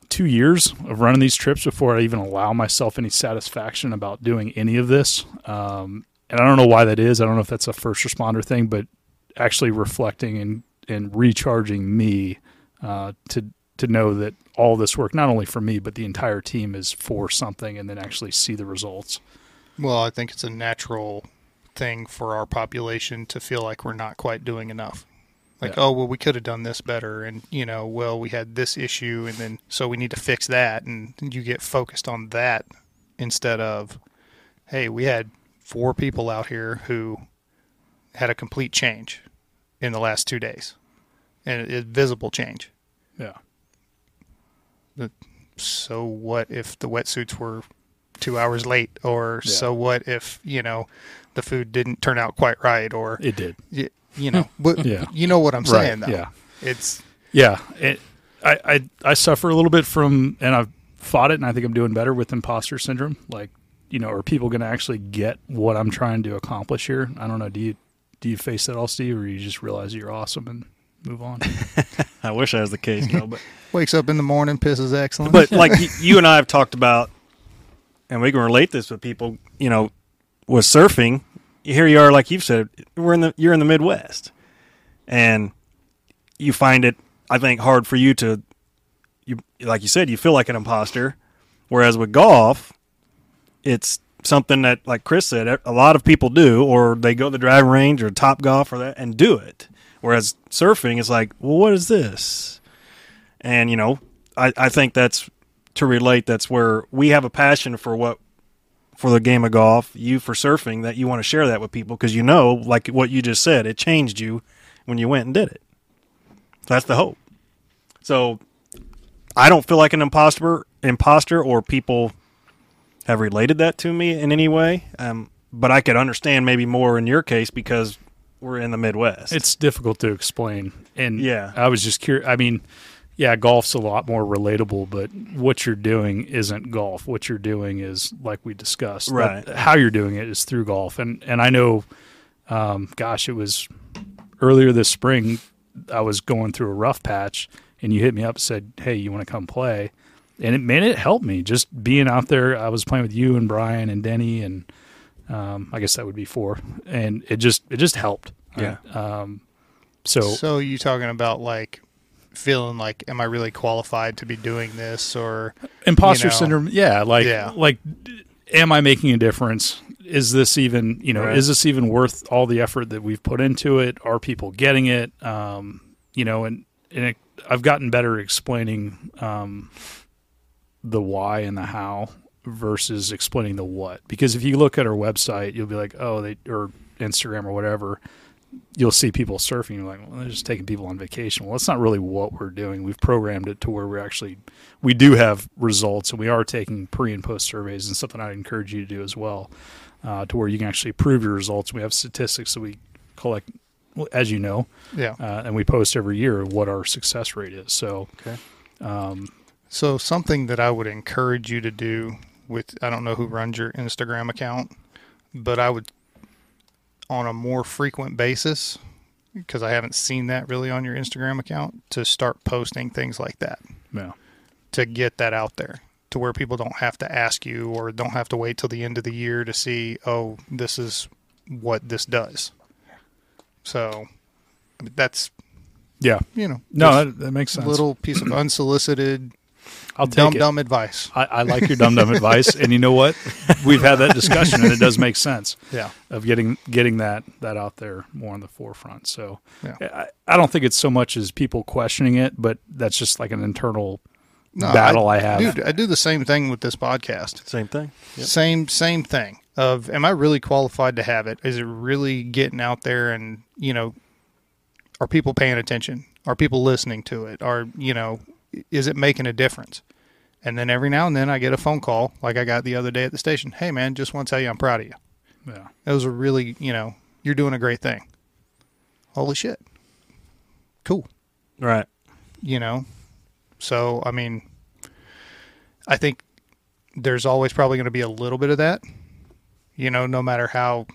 two years of running these trips before I even allow myself any satisfaction about doing any of this. Um, and I don't know why that is. I don't know if that's a first responder thing, but actually reflecting and, and recharging me uh, to to know that all this work, not only for me but the entire team, is for something, and then actually see the results. Well, I think it's a natural thing for our population to feel like we're not quite doing enough. Like, Yeah. oh well, we could have done this better, and you know, well, we had this issue, and then so we need to fix that, and you get focused on that instead of, hey, we had four people out here who had a complete change in the last two days, and a visible change. Yeah. so what if the wetsuits were two hours late or Yeah. so what if you know the food didn't turn out quite right or It did. y- you know but Yeah. you know what i'm Right, saying though yeah. it's Yeah, it, I, I I suffer a little bit from, and I've fought it, and I think I'm doing better with imposter syndrome. Like, you know, are people going to actually get what I'm trying to accomplish here? I don't know. Do you do you face that all, Steve, or you just realize you're awesome and move on? I wish that was the case, though. But, wakes up in the morning pisses excellent but like y- you and I have talked about, and we can relate this with people, you know, with surfing. Here you are, like you've said, we're in the you're in the Midwest, and you find it, I think, hard for you to, you like you said, you feel like an imposter. Whereas with golf, it's something that, like Chris said, a lot of people do, or they go to the driving range or Top Golf or that and do it. Whereas surfing is like, well, what is this? And, you know, I, I think that's to relate, that's where we have a passion for what for the game of golf, you for surfing, that you want to share that with people because you know, like what you just said, it changed you when you went and did it. That's the hope. So I don't feel like an imposter, imposter, or people have related that to me in any way. Um, but I could understand maybe more in your case because we're in the Midwest. It's difficult to explain. And Yeah. I was just curious. I mean, yeah, golf's a lot more relatable, but what you're doing isn't golf. What you're doing is like we discussed. Right. That- how you're doing it is through golf. And and I know um, gosh, it was earlier this spring I was going through a rough patch and you hit me up and said, "Hey, you want to come play?" And it man, it helped me just being out there. I was playing with you and Brian and Denny and um, I guess that would be four, and it just it just helped. yeah, So, So you talking about like feeling like, am I really qualified to be doing this? Or imposter you know. syndrome, yeah, like Yeah. like d- am I making a difference? Is this even, you know, Right. is this even worth all the effort that we've put into it? Are people getting it? Um, you know, and and it, I've gotten better explaining um the why and the how versus explaining the what. Because if you look at our website, you'll be like, "Oh, they or Instagram or whatever, you'll see people surfing. You're like, well, they're just taking people on vacation. Well, that's not really what we're doing. We've programmed it to where we're actually, we do have results and we are taking pre and post surveys and something I'd encourage you to do as well, uh, to where you can actually prove your results. We have statistics that we collect, well, as you know, yeah. uh, and we post every year what our success rate is. So, So something that I would encourage you to do with I don't know who runs your Instagram account, but I would on a more frequent basis because I haven't seen that really on your Instagram account to start posting things like that yeah. to get that out there to where people don't have to ask you or don't have to wait till the end of the year to see oh this is what this does. So that's Yeah. you know No, just that, that makes sense. little piece of unsolicited I'll take dumb it. dumb advice. I, I like your dumb dumb advice, and you know what? We've had that discussion, and it does make sense. Yeah. of getting getting that that out there more on the forefront. So Yeah. I, I don't think it's so much as people questioning it, but that's just like an internal No, battle I, have. Dude, I do the same thing with this podcast. same thing. Same same thing. Of am I really qualified to have it? Is it really getting out there and, you know, are people paying attention? Are people listening to it? Are, you know, is it making a difference? And then every now and then I get a phone call like I got the other day at the station. Hey man, just want to tell you I'm proud of you. yeah. That was a really, you know, you're doing a great thing. Holy shit. Cool Right. you know. So I mean, I think there's always probably going to be a little bit of that, you know, no matter how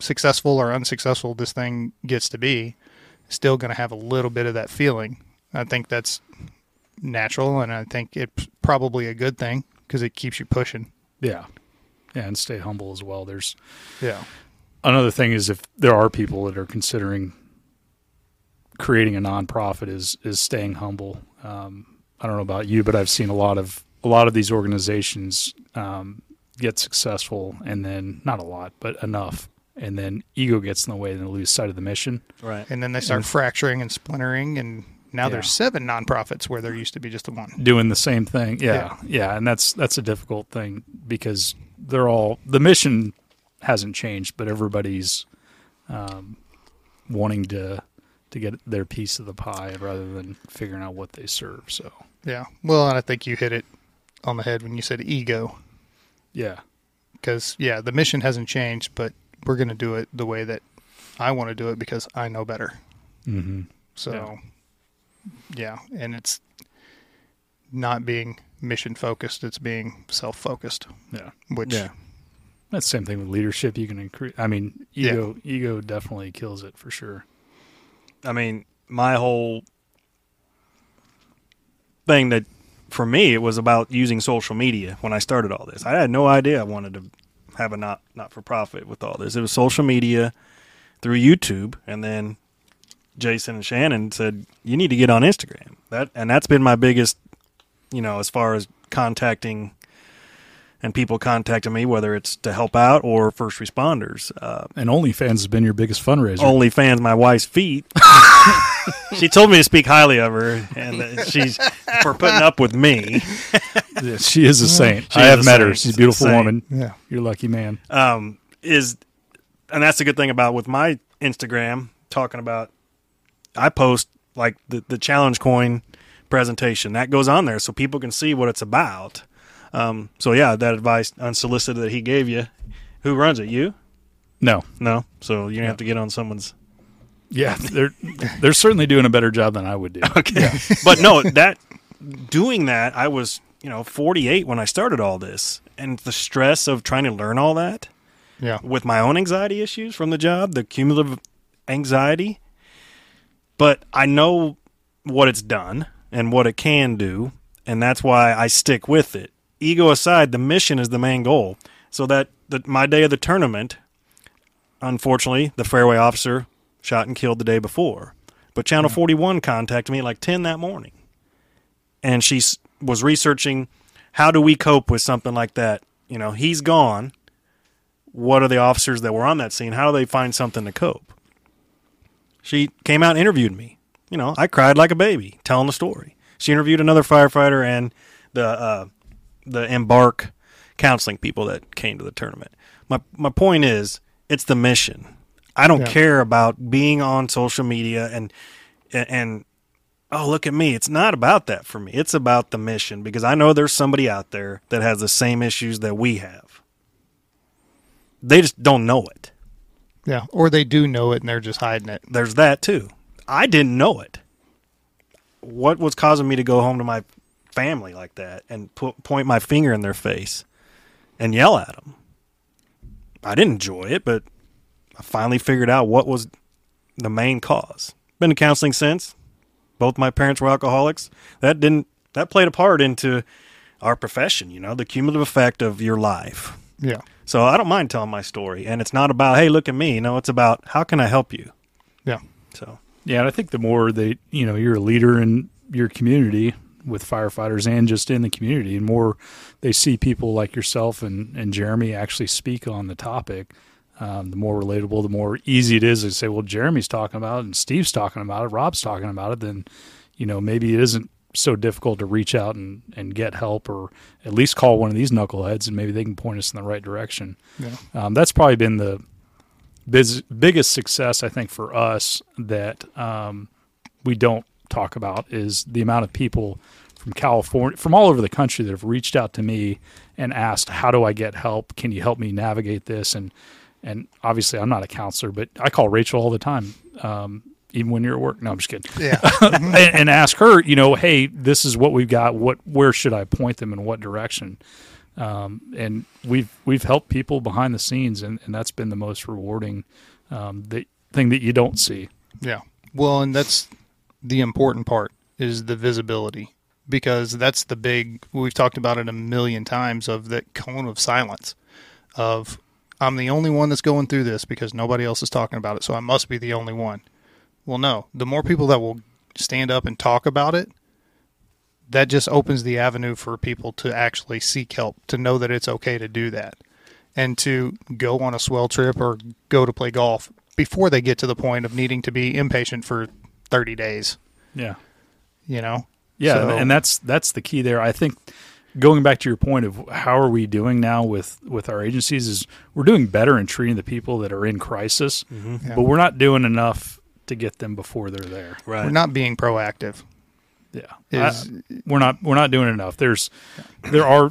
successful or unsuccessful this thing gets to be, still going to have a little bit of that feeling. I think that's natural, and I think it's probably a good thing because it keeps you pushing. yeah, yeah, and stay humble as well. There's Yeah, another thing is if there are people that are considering creating a nonprofit is is staying humble. Um, I don't know about you, but I've seen a lot of a lot of these organizations um, get successful, and then not a lot, but enough, and then ego gets in the way, and they lose sight of the mission. Right. and then they start fracturing and splintering, and now Yeah. there's seven nonprofits where there used to be just the one. doing the same thing. Yeah, yeah, and that's that's a difficult thing because they're all the mission hasn't changed, but everybody's um, wanting to to get their piece of the pie rather than figuring out what they serve. So Yeah, well, and I think you hit it on the head when you said ego. yeah, because yeah, the mission hasn't changed, but we're gonna do it the way that I want to do it because I know better. mm-hmm. So yeah, and it's not being mission focused; it's being self focused. yeah. Which Yeah. That's the same thing with leadership. You can increase. I mean, Yeah. ego ego definitely kills it for sure. I mean, my whole thing that for me it was about using social media when I started all this. I had no idea I wanted to have a not not for profit with all this. It was social media through YouTube and then Jason and Shannon said you need to get on Instagram. That and that's been my biggest you know as far as contacting and people contacting me whether it's to help out or first responders. Uh Oh. And OnlyFans has been your biggest fundraiser. OnlyFans my wife's feet. she told me to speak highly of her, and that she's for putting up with me. She is a saint. She I is have a met saint. her. She's a beautiful Saint. woman. Yeah. You're lucky man. um, is and that's the good thing about with my Instagram talking about I post like the, the challenge coin presentation that goes on there so people can see what it's about. Um, so yeah, that advice unsolicited that he gave you. Who runs it? You? no. No. So you're gonna have to get on someone's Yeah, they're they're certainly doing a better job than I would do. Okay. but no, that doing that, I was, you know, forty eight when I started all this. And the stress of trying to learn all that. Yeah. with my own anxiety issues from the job, the cumulative anxiety. But I know what it's done and what it can do, and that's why I stick with it. Ego aside, the mission is the main goal. So that the, my day of the tournament, unfortunately, the fairway officer shot and killed the day before. But Channel 41 contacted me at like 10 that morning. And she s- was researching how do we cope with something like that? You know, he's gone what are the officers that were on that scene? How do they find something to cope? She came out and interviewed me. You know, I cried like a baby telling the story. She interviewed another firefighter and the uh, the embark counseling people that came to the tournament. My my point is, it's the mission. I don't Yeah. care about being on social media and and- and oh look at me. It's not about that for me. It's about the mission because I know there's somebody out there that has the same issues that we have. They just don't know it. Yeah. Or they do know it and they're just hiding it. There's that too. I didn't know it. What was causing me to go home to my family like that and put, point my finger in their face and yell at them? I didn't enjoy it, but I finally figured out what was the main cause. Been to counseling since. Both my parents were alcoholics. That didn't that played a part into our profession, you know, the cumulative effect of your life. Yeah. So I don't mind telling my story, and it's not about hey, look at me. No, it's about how can I help you. Yeah. So Yeah, and I think the more they, you know, you're a leader in your community with firefighters and just in the community, and more they see people like yourself and, and Jeremy actually speak on the topic, um, the more relatable, the more easy it is to say, well, Jeremy's talking about it and Steve's talking about it, Rob's talking about it, then, you know, maybe it isn't so difficult to reach out and, and get help or at least call one of these knuckleheads and maybe they can point us in the right direction. Yeah. Um, that's probably been the biz- biggest success I think for us that um, we don't talk about is the amount of people from California, from all over the country that have reached out to me and asked, "How do I get help? Can you help me navigate this?" and and obviously, I'm not a counselor, but I call Rachel all the time, um, even when you're at work. No, I'm just kidding Yeah. and, and ask her, you know, hey, this is what we've got. What where should I point them in what direction? Um, and we've we've helped people behind the scenes, and, and that's been the most rewarding um, the thing that you don't see. Yeah. Well, and that's the important part is the visibility because that's the big we've talked about it a million times of that cone of silence of I'm the only one that's going through this because nobody else is talking about it, so I must be the only one. Well, no. The more people that will stand up and talk about it, that just opens the avenue for people to actually seek help, to know that it's okay to do that and to go on a swell trip or go to play golf before they get to the point of needing to be impatient for 30 days, Yeah, you know? yeah, So- and that's that's the key there. I think going back to your point of how are we doing now with with our agencies is we're doing better in treating the people that are in crisis, Yeah. but we're not doing enough to get them before they're there. right, we're not being proactive. Yeah, Is- I- we're not we're not doing enough. There's there are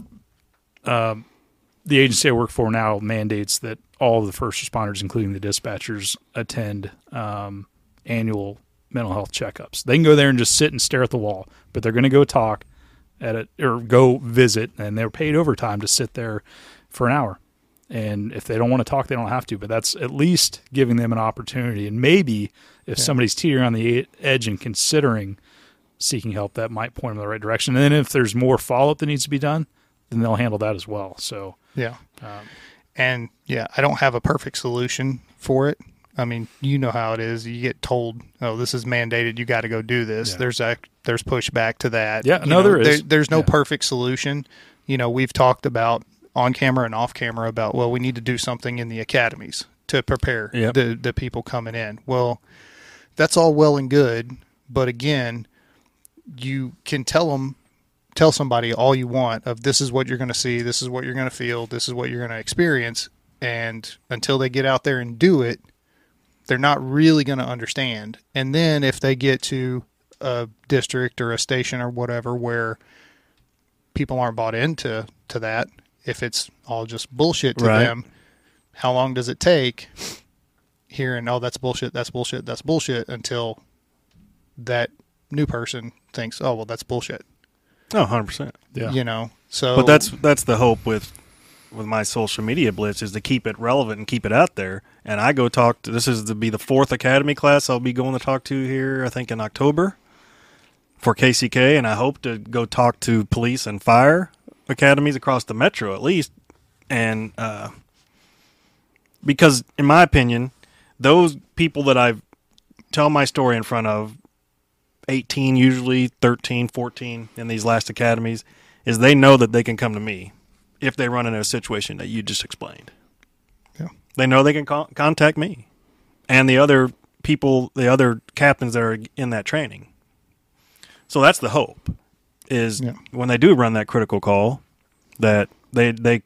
um, the agency I work for now mandates that all of the first responders, including the dispatchers, attend um, annual mental health checkups. They can go there and just sit and stare at the wall, but they're going to go talk at it or go visit, and they're paid overtime to sit there for an hour. And if they don't want to talk, they don't have to. But that's at least giving them an opportunity. And maybe if somebody's teetering on the e- edge and considering seeking help that might point them in the right direction. And then if there's more follow up that needs to be done, then they'll handle that as well. So Yeah. Um, and yeah, I don't have a perfect solution for it. I mean, you know how it is. You get told, "Oh, this is mandated. You got to go do this." Yeah. There's a there's pushback to that. Yeah, You no, know, there is. there's no Yeah. perfect solution. You know, we've talked about on camera and off camera about well, we need to do something in the academies to prepare Yep. the the people coming in. Well, that's all well and good But again, you can tell them, tell somebody all you want of this is what you're going to see, this is what you're going to feel, this is what you're going to experience, and until they get out there and do it, they're not really going to understand. And then if they get to a district or a station or whatever where people aren't bought into to that, if it's all just bullshit to Right. them, how long does it take hearing oh that's bullshit, that's bullshit, that's bullshit until that new person thinks, "Oh, well that's bullshit." No, hundred percent. Yeah. You know. So But that's that's the hope with with my social media blitz is to keep it relevant and keep it out there. And I go talk to this is to be the fourth academy class I'll be going to talk to here. I think in October for KCK, and I hope to go talk to police and fire academies across the metro at least. And uh, because, in my opinion, those people that I tell my story in front of 18 usually 13 14 in these last academies is they know that they can come to me if they run into a situation that you just explained Yeah. they know they can con- contact me and the other people the other captains that are in that training so that's the hope is Yeah. when they do run that critical call that they they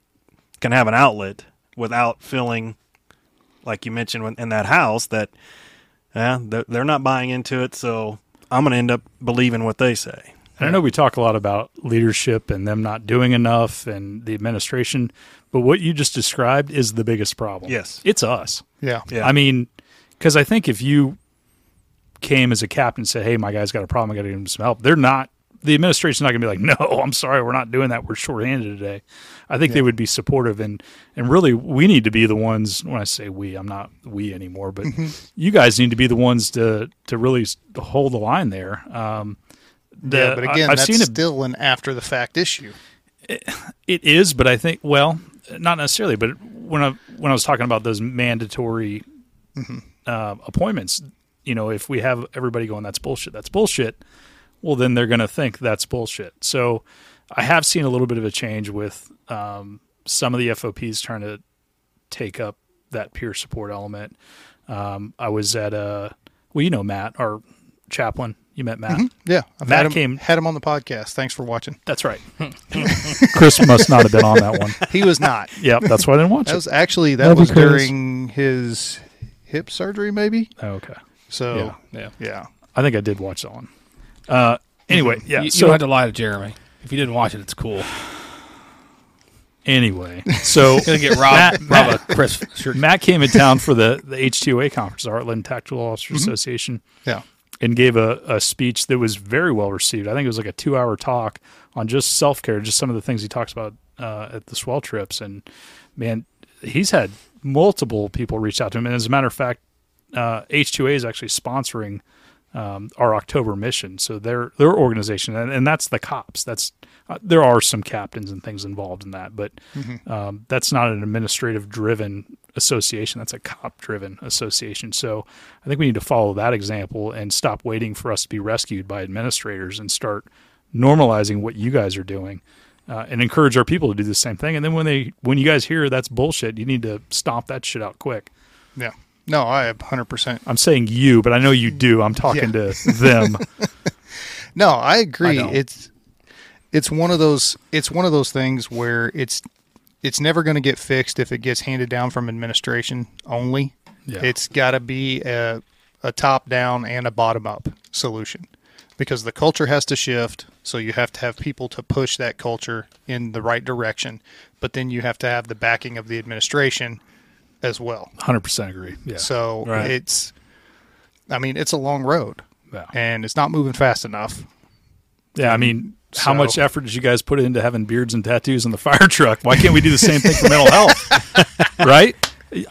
can have an outlet without feeling like you mentioned when- in that house that yeah, they're, they're not buying into it, so I'm going to end up believing what they say. And I know we talk a lot about leadership and them not doing enough and the administration, but what you just described is the biggest problem. Yes. It's us. yeah. Yeah. I mean, because I think if you came as a captain and said, "Hey, my guy's got a problem. I got to give him some help," they're not. The administration's not going to be like, "No, I'm sorry, we're not doing that. We're shorthanded today." I think they would be supportive, and and really, we need to be the ones. When I say we, I'm not we anymore, but Mm-hmm. you guys need to be the ones to to really s- to hold the line there. Um, the- Yeah, but I- again, I've that's seen it still an after the fact issue. it is, but I think well, not necessarily. But when I when I was talking about those mandatory uh, appointments, you know, if we have everybody going, that's bullshit, that's bullshit. Well, then they're going to think that's bullshit. So I have seen a little bit of a change with um, some of the FOPs trying to take up that peer support element. Um, I was at a well, you know, Matt, our chaplain. You met Matt. Yeah, I've Matt had him, came- had him on the podcast. Thanks for watching. That's right. Chris must not have been on that one. He was not. Yeah, that's why I didn't watch That it. was actually that Love you, was Chris. during his hip surgery, maybe. Oh, Okay. So Yeah. yeah, I think I did watch that one. Uh, anyway, yeah. you, you so don't have to lie to Jeremy. If you didn't watch it, it's cool. anyway, so Gonna get robbed, rob a Chris shirt. Matt came in town for the the HTOA conference, the Heartland Tactical Officers Mm-hmm. Association, yeah, and gave a, a speech that was very well received. I think it was like a two hour talk on just self care, just some of the things he talks about uh, at the swell trips. And man, he's had multiple people reach out to him. And as a matter of fact, uh, H2A is actually sponsoring um, our October mission. So their their organization, and, and that's the cops. That's uh, there are some captains and things involved in that, but um, that's not an administrative driven association. That's a cop driven association. So I think we need to follow that example and stop waiting for us to be rescued by administrators and start normalizing what you guys are doing. Uh, and encourage our people to do the same thing. And then when they, when you guys hear that's bullshit, you need to stomp that shit out quick. yeah. No, I have hundred percent. I'm saying you, but I know you do. I'm talking to them. No, I agree. don't. it's it's one of those it's one of those things where it's it's never going to get fixed if it gets handed down from administration only. Yeah. It's got to be a a top down and a bottom up solution because the culture has to shift. So you have to have people to push that culture in the right direction, but then you have to have the backing of the administration as well. 100% agree. Yeah. So Right. it's, I mean, it's a long road, Yeah. and it's not moving fast enough. yeah. I mean, how So- much effort did you guys put into having beards and tattoos on the fire truck? Why can't we do the same thing for mental health? right?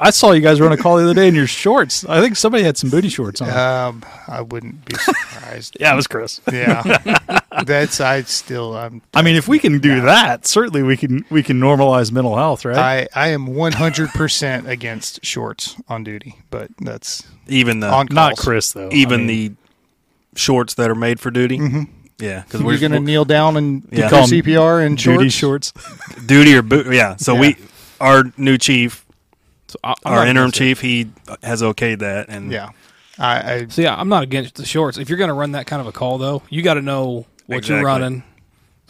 I saw you guys run a call the other day in your shorts. I think somebody had some booty shorts on. Um, I wouldn't be surprised. yeah, it was Chris. yeah, that's I still I'm I mean, if we can do that, certainly we can we can normalize mental health, right? I I am 100 percent against shorts on duty, but that's Even the on Not calls. Chris though. even I mean, the shorts that are made for duty. Mm-hmm. Yeah, because You're we're gonna kneel down and Yeah. do Call 'em CPR and duty shorts. shorts. duty or boot. Yeah, so Yeah. we our new chief, So I- I'm uh, our not interim against it. chief, he has okayed that, and Yeah, I, I So yeah, I'm not against the shorts. If you're going to run that kind of a call, though, you got to know what Exactly. you're running.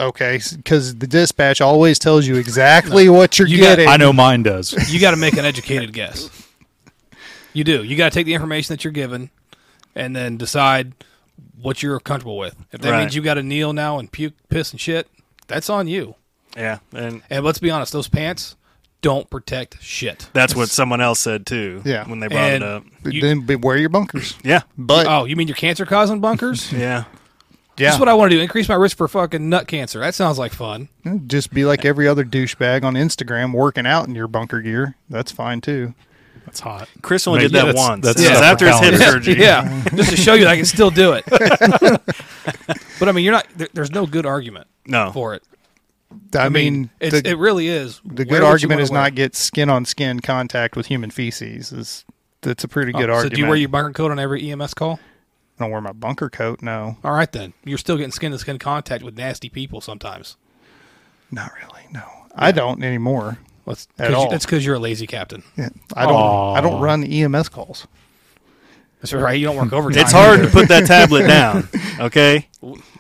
okay because the dispatch always tells you exactly what you're You got- getting. I know mine does. You got to make an educated guess. You do. You got to take the information that you're given, and then decide what you're comfortable with. If that Right. means you got to kneel now and puke, piss, and shit, that's on you. Yeah, and And let's be honest, those pants don't protect shit. that's what someone else said too. Yeah. when they brought And- it up. But You- then be- wear your bunkers. Yeah, But Oh, you mean your cancer causing bunkers? yeah. yeah, That's what I want to do. Increase my risk for fucking nut cancer. That sounds like fun. just be like every other douchebag on Instagram working out in your bunker gear. That's fine too. That's hot. Chris only Mate, did that yeah, that's- once. that's It was stuff after for his hip calendars. surgery. Yeah, just to show you that I can still do it. but I mean, you're not. There, there's no good argument No. for it. I, I mean, mean, it's, the, it really is. the good argument is not get skin on skin contact with human feces. Is that's a pretty good So argument. do you wear your bunker coat on every EMS call? I don't wear my bunker coat. No, All right, then you're still getting skin to skin contact with nasty people sometimes. not really. No, I don't anymore. That's At all. that's because you're a lazy captain. Yeah, I don't. I don't Aw. run EMS calls. That's right. You don't work overtime. It's hard to either. put that tablet down. Okay,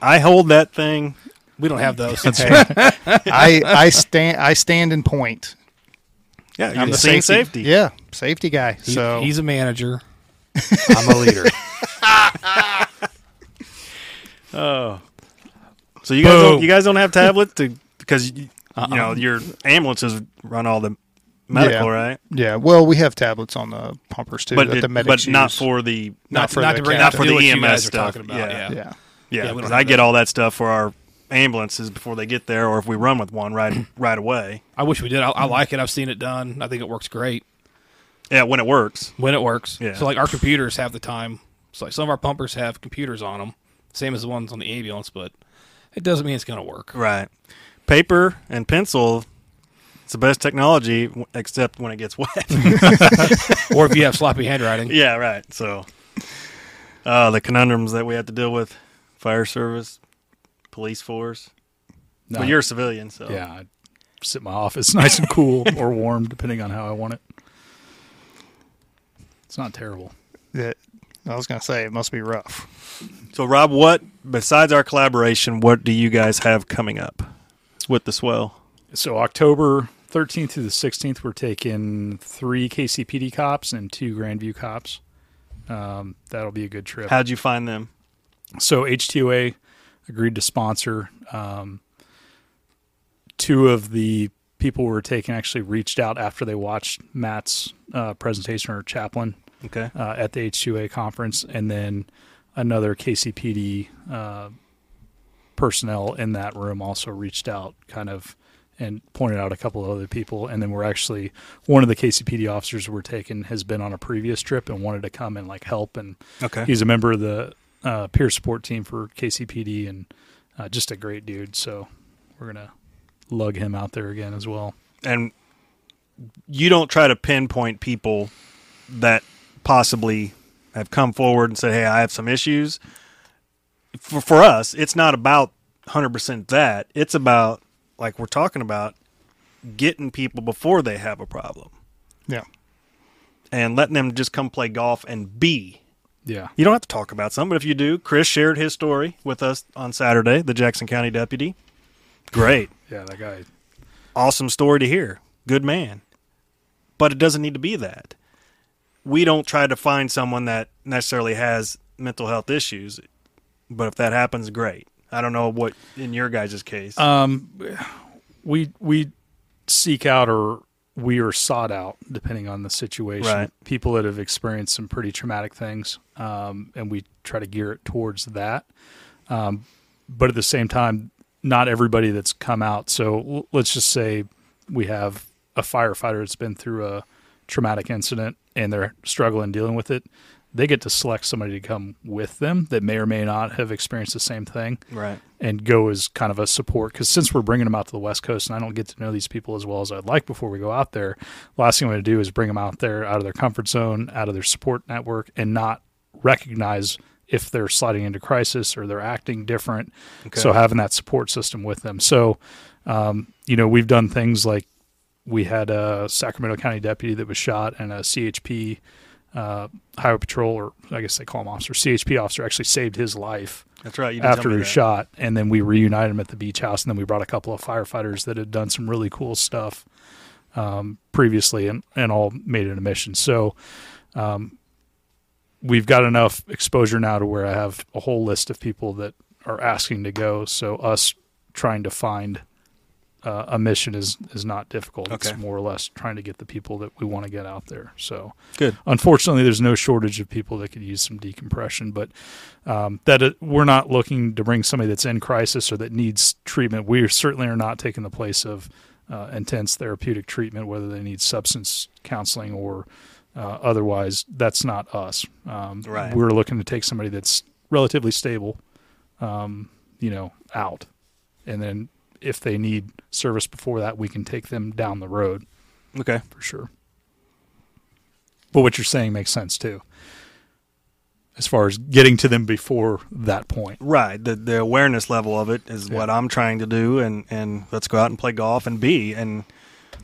I hold that thing. We don't have those. I I stand. I stand and point. Yeah, I'm you're the seeing safety. Yeah, safety guy. He- so he's a manager. I'm a leader. So you guys, Boom. don't, you guys don't have tablets to because you, you know your ambulances run all the medical, Yeah. right? yeah. Well, we have tablets on the pumpers too. But that it- the but medics not use. for the Not Not, for not the to bring captain. up Not to for the do what you EMS guys are stuff. talking about. Yeah. Yeah. yeah. yeah. Yeah, we don't 'cause have I get that. all that stuff for our ambulances before they get there, or if we run with one right right away. I wish we did. I, I like it. I've seen it done. I think it works great. Yeah, when it works. when it works. Yeah. So like our computers have the time. So like some of our pumpers have computers on them, same as the ones on the ambulance, but it doesn't mean it's going to work. Right. Paper and pencil. It's the best technology, w- except when it gets wet. or if you have sloppy handwriting. yeah, right. So, uh, the conundrums that we have to deal with: fire service, police force. No. But you're a civilian, so yeah. I sit in my office, nice and cool or warm, depending on how I want it. It's not terrible. That- I was gonna say it must be rough. So, Rob, what besides our collaboration, what do you guys have coming up with the swell? So October 13th through the 16th, we're taking three KCPD cops and two Grandview cops. Um, that'll be a good trip. How'd you find them? so HTOA agreed to sponsor. Um, two of the people we were taking actually reached out after they watched Matt's uh, presentation or Chaplin Okay, uh, at the H2A conference, and then another KCPD uh, personnel in that room also reached out, kind of, and pointed out a couple of other people. And then we're actually one of the KCPD officers we're taking has been on a previous trip and wanted to come and like help, and okay, he's a member of the uh, peer support team for KCPD and uh, just a great dude. So we're gonna lug him out there again as well. and you don't try to pinpoint people that possibly have come forward and said, "Hey, I have some issues." For for us, it's not about hundred percent that. It's about like we're talking about getting people before they have a problem Yeah. and letting them just come play golf and be Yeah, You don't have to talk about some, but if you do, Chris shared his story with us on Saturday, the Jackson County deputy. Great. yeah, that guy. Awesome story to hear. Good man. But it doesn't need to be that. We don't try to find someone that necessarily has mental health issues, but if that happens, great. I don't know what in your guys' case. Uh, we we seek out or we are sought out depending on the situation Right. people that have experienced some pretty traumatic things um, and we try to gear it towards that um, but at the same time not everybody that's come out so l- let's just say we have a firefighter that's been through a traumatic incident and they're struggling dealing with it they get to select somebody to come with them that may or may not have experienced the same thing right. and go as kind of a support because since we're bringing them out to the west coast and i don't get to know these people as well as i'd like before we go out there last thing i'm going to do is bring them out there out of their comfort zone out of their support network and not recognize if they're sliding into crisis or they're acting different so having that support system with them so um, you know we've done things like we had a sacramento county deputy that was shot and a chp uh, highway patrol, or I guess they call him officer, CHP officer, actually saved his life That's right. You did after tell me he was that. shot. And then we reunited him at the beach house. And then we brought a couple of firefighters that had done some really cool stuff um, previously and, and all made it a mission. So um, we've got enough exposure now to where I have a whole list of people that are asking to go. So us trying to find uh, a mission is, is not difficult. It's Okay. more or less trying to get the people that we want to get out there. So Good. unfortunately, there's no shortage of people that could use some decompression, but um, that it, we're not looking to bring somebody that's in crisis or that needs treatment. We certainly are not taking the place of uh, intense therapeutic treatment, whether they need substance counseling or uh, otherwise. That's not us. Um, Right. We're looking to take somebody that's relatively stable, um, you know, out, and then if they need service before that, we can take them down the road Okay. for sure. But what you're saying makes sense too, as far as getting to them before that point. Right. The the awareness level of it is what I'm trying to do and and let's go out and play golf and be and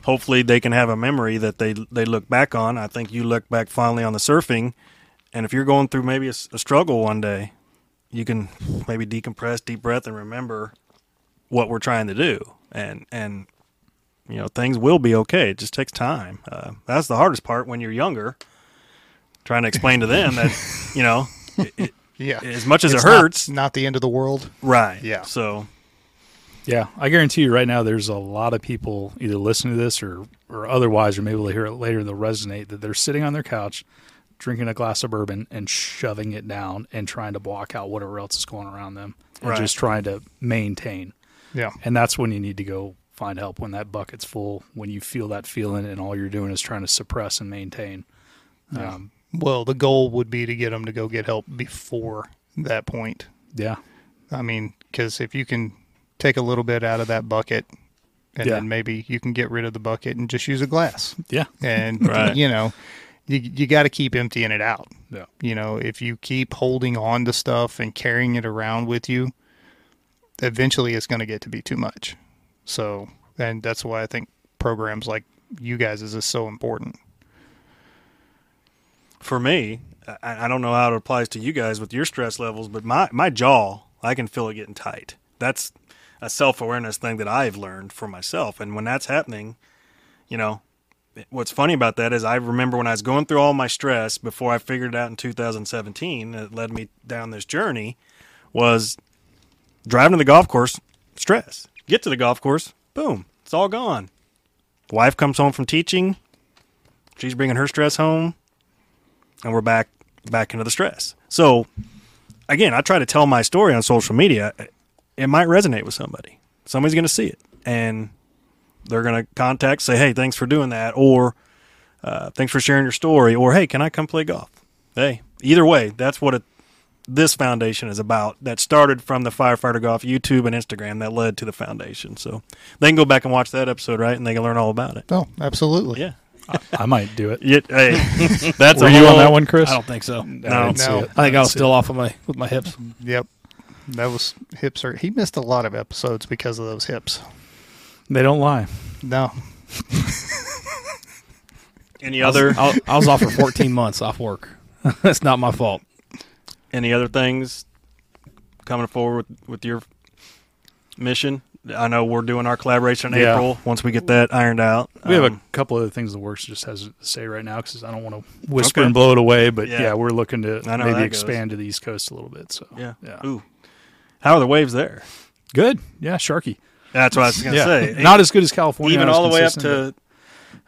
hopefully they can have a memory that they they look back on. I think you look back fondly on the surfing and if you're going through maybe a, s- a struggle one day, you can maybe decompress, deep breath and remember what we're trying to do and and you know, things will be okay. It just takes time. Uh, that's the hardest part when you're younger trying to explain to them that, you know, it, it, Yeah. as much as It's it not- hurts, not the end of the world. Right. Yeah. So Yeah, I guarantee you right now, there's a lot of people either listening to this or or otherwise, or maybe they'll hear it later. They'll resonate that they're sitting on their couch, drinking a glass of bourbon and shoving it down and trying to block out whatever else is going around them, and Right. just trying to maintain. Yeah. And that's when you need to go find help when that bucket's full, when you feel that feeling, and all you're doing is trying to suppress and maintain. Um, Well, the goal would be to get them to go get help before that point. yeah. I mean, because if you can take a little bit out of that bucket, and Yeah. then maybe you can get rid of the bucket and just use a glass, Yeah. and Right. you know, you you got to keep emptying it out. Yeah. You know, if you keep holding on to stuff and carrying it around with you, eventually it's going to get to be too much. So, and that's why I think programs like you guys is so important. for me, I, I don't know how it applies to you guys with your stress levels, but my, my jaw, I can feel it getting tight. That's a self awareness thing that I've learned for myself. And when that's happening, you know, what's funny about that is I remember when I was going through all my stress before I figured it out in 2017 that led me down this journey was driving to the golf course, stress. Get to the golf course, boom, it's all gone. Wife comes home from teaching, she's bringing her stress home, and we're back back into the stress. So again, I try to tell my story on social media. It might resonate with somebody. Somebody's going to see it, and they're going to contact, say, "Hey, thanks for doing that," or uh, "Thanks for sharing your story," or "Hey, can I come play golf?" Hey, either way, that's what it, this foundation is about. That started from the firefighter golf YouTube and Instagram that led to the foundation. So they can go back and watch that episode, right? And they can learn all about it. Oh, absolutely. Yeah. I might do it. Yeah, hey, that's Were a you on whole- that one, Chris? I don't think so. No, didn't see no. it. I think I was see still off of my with my hips. Yep. That was hips. Are, he missed a lot of episodes because of those hips. They don't lie. No. Any other I was, I was off for 14 months off work. That's not my fault. any other things coming forward with, with your mission? I know we're doing our collaboration in Yeah. April. Once we get that ironed out, We have a Um, couple other things the works just has to say right now because I don't want to whisper Okay. and blow it away. But yeah, Yeah. we're looking to I know how maybe that goes. expand to the East Coast a little bit. So yeah. yeah, Ooh, how are the waves there? good. Yeah, Sharky. That's what I was gonna Yeah, say. not as good as California. even not as all the way up consistent, to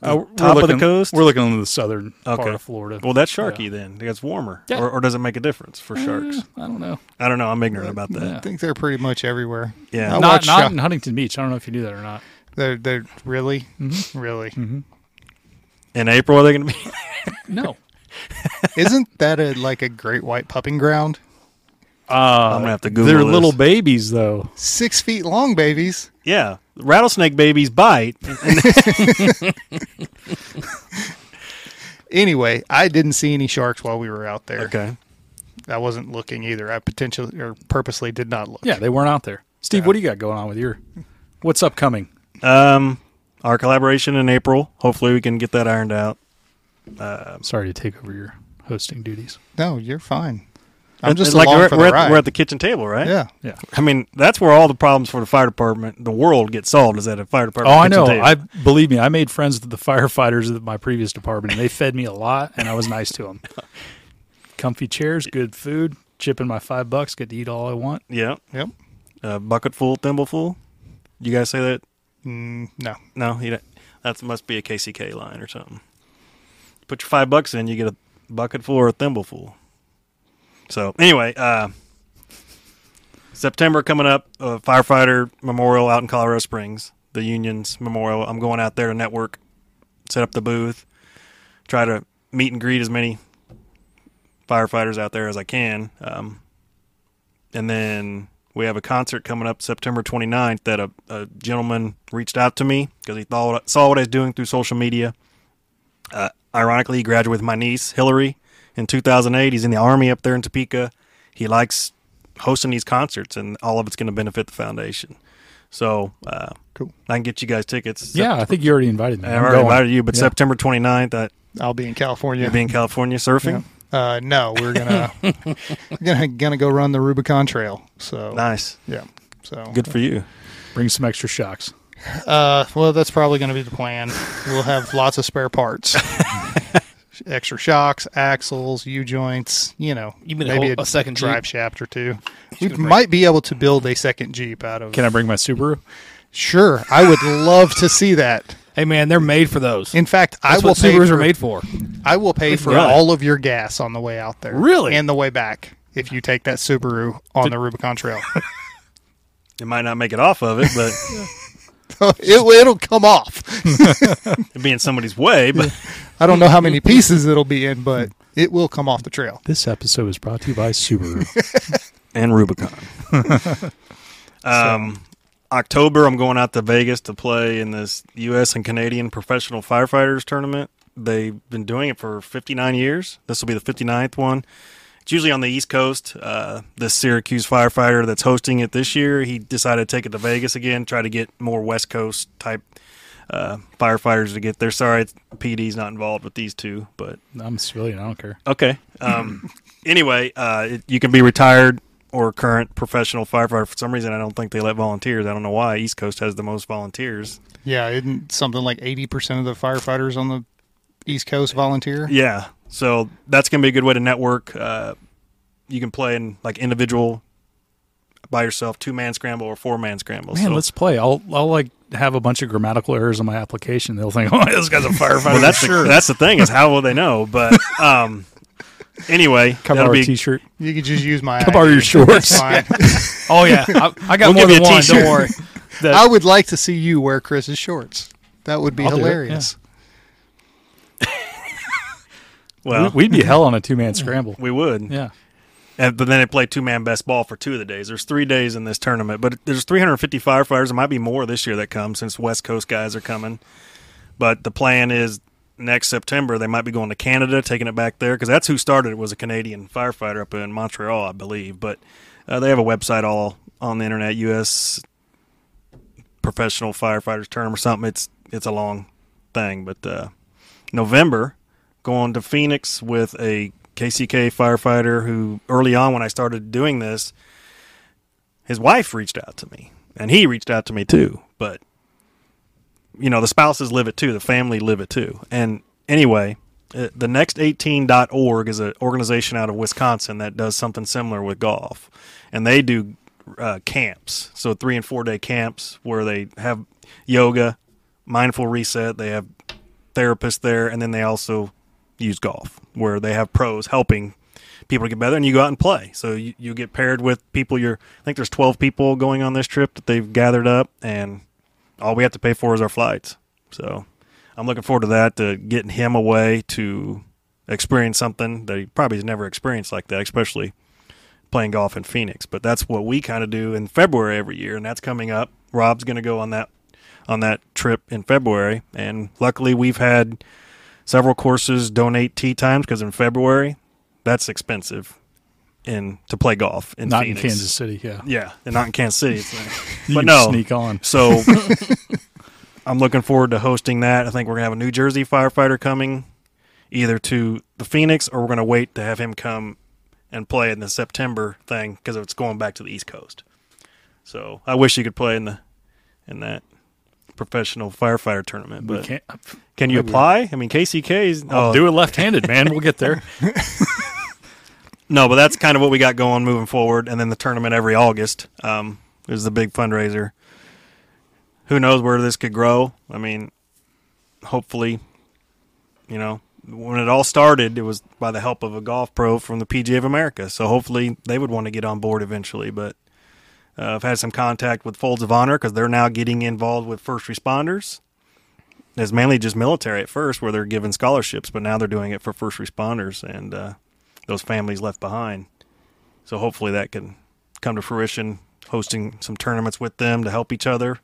but, uh, we're top of the looking- coast? We're looking on the southern part Okay. of Florida. well, that's sharky then. It gets warmer, Yeah. or, or does it make a difference for sharks? Eh, I don't know. I don't know. I'm ignorant about I that. think they're pretty much everywhere. Yeah. I not watch not Shark- in Huntington Beach. I don't know if you knew that or not. They're they're really, Mm-hmm. really. In April, are they gonna be? No, Isn't that a like a great white pupping ground? I'm gonna have to Google. they're this. little babies though. Six feet long, babies. Yeah, rattlesnake babies bite. Anyway, I didn't see any sharks while we were out there. okay. I wasn't looking either. I potentially or purposely did not look. Yeah, they weren't out there. Steve, what do you got going on with your? What's upcoming? Um, our collaboration in April. Hopefully, we can get that ironed out. I'm sorry to take over your hosting duties. No, you're fine. I'm just It's like along we're, for we're the at, ride. we're at the kitchen table, right? yeah. Yeah. I mean, that's where all the problems for the fire department, the world, get solved. Is at a fire Oh, department? I kitchen know. table. I believe me. I made friends with the firefighters at my previous department, and they fed me a lot, and I was nice to them. Comfy chairs, good food, chipping my five bucks, get to eat all I want. yeah, Yep. uh, bucket full, thimble full. You guys say that? Mm, no. No, you don't. That must be a KCK line or something. Put your five bucks in, you get a bucket full or a thimble full. So anyway, uh, September coming up, uh, firefighter memorial out in Colorado Springs, the union's memorial. I'm going out there to network, set up the booth, try to meet and greet as many firefighters out there as I can. Um, and then we have a concert coming up September 29th that a, a gentleman reached out to me because he thought saw what I was doing through social media. Uh, ironically, he graduated with my niece Hillary in 2008. He's in the army up there in Topeka. He likes hosting these concerts, and all of it's going to benefit the foundation. So uh, Cool. I can get you guys tickets. yeah, I think you already invited me. I I'm already going. invited you, but Yeah. September 29th, uh, I'll be in California. you'll be in California surfing. uh, no, we're gonna gonna gonna go run the Rubicon Trail. So Nice, yeah. So good for you. Bring some extra shocks. Uh, well, that's probably going to be the plan. We'll have lots of spare parts, extra shocks, axles, U joints. You know, You mean a whole- a second Jeep? drive shaft or two. We might be able to build a second Jeep out of. Can I bring my Subaru? Sure, I would love to see that. Hey man, they're made for those. In fact, That's I will what pay Subarus for, are made for. I will pay for Right. all of your gas on the way out there, Really? and the way back if you take that Subaru on the Rubicon Trail. You might not make it off of it, but it, it'll come off. it'd be in somebody's way. But I don't know how many pieces it'll be in, but it will come off the trail. This episode is brought to you by Subaru. and Rubicon. um, October, I'm going out to Vegas to play in this U.S. and Canadian professional firefighters tournament. They've been doing it for 59 years. This will be the 59th one. It's usually on the East Coast. Uh, this Syracuse firefighter that's hosting it this year, he decided to take it to Vegas again, try to get more West Coast type uh, firefighters to get there. Sorry, it's- PD's not involved with these two, but I'm a civilian. I don't care. Okay. Um, anyway, uh, it, you can be retired or current professional firefighter. For some reason, I don't think they let volunteers. I don't know why. East Coast has the most volunteers. Yeah, isn't something like eighty percent of the firefighters on the East Coast volunteer? Yeah. So that's going to be a good way to network. Uh, you can play in like individual by yourself, two man scramble or four man scramble. Man, so, let's play. I'll I'll like have a bunch of grammatical errors on my application. They'll think, oh, this guy's a firefighter. well, that's the, that's the thing is how will they know? But um, anyway, Come that'll borrow a be t-shirt. You could just use my. Come borrow ID. your shorts. It's fine. Oh yeah, I, I got more We'll give you than a one. t-shirt. Don't worry. The- I would like to see you wear Chris's shorts. That would be I'll do it, hilarious. well, we, We'd be hell on a two-man scramble. would. Yeah. And, but then they play two man best ball for two of the days. There's three days in this tournament, but there's 350 firefighters. There might be more this year that come since West Coast guys are coming. But the plan is next September they might be going to Canada, taking it back there because that's who started it was a Canadian firefighter up in Montreal, I believe. But uh, they have a website all on the internet, U.S. Professional Firefighters Term or something. It's it's a long thing, but uh, November going to Phoenix with a KCK firefighter who early on when I started doing this, his wife reached out to me and he reached out to me too. But you know, the spouses live it too, the family live it too. And anyway, uh, the next18.org is an organization out of Wisconsin that does something similar with golf. And they do uh, camps, so three and four day camps where they have yoga, mindful reset, they have therapists there, and then they also use golf, where they have pros helping people get better, and you go out and play. So you, you get paired with people. You're I think there's 12 people going on this trip that they've gathered up, and all we have to pay for is our flights. So I'm looking forward to that, to getting him away to experience something that he probably has never experienced like that, especially playing golf in Phoenix. But that's what we kind of do in February every year, and that's coming up. Rob's going to go on that on that trip in February, and luckily we've had several courses donate tee times because in February that's expensive in to play golf in Not Phoenix. in Kansas City. Yeah. Yeah, and not in Kansas City. It's You but can no, sneak on. so I'm looking forward to hosting that. I think we're gonna have a New Jersey firefighter coming, either to the Phoenix, or we're going to wait to have him come and play in the September thing because it's going back to the East Coast. So I wish he could play in the in that professional firefighter tournament. We But can't. can you apply? I mean, KCK's. I'll oh, do it left-handed, man. We'll get there. No, but that's kind of what we got going moving forward, and then the tournament every August um, is the big fundraiser. Who knows where this could grow? I mean, hopefully, you know, when it all started, it was by the help of a golf pro from the PGA of America. So hopefully, they would want to get on board eventually. But uh, I've had some contact with Folds of Honor because they're now getting involved with first responders. It's mainly just military at first, where they're giving scholarships, but now they're doing it for first responders and. Uh, those families left behind. So hopefully that can come to fruition, hosting some tournaments with them to help each other.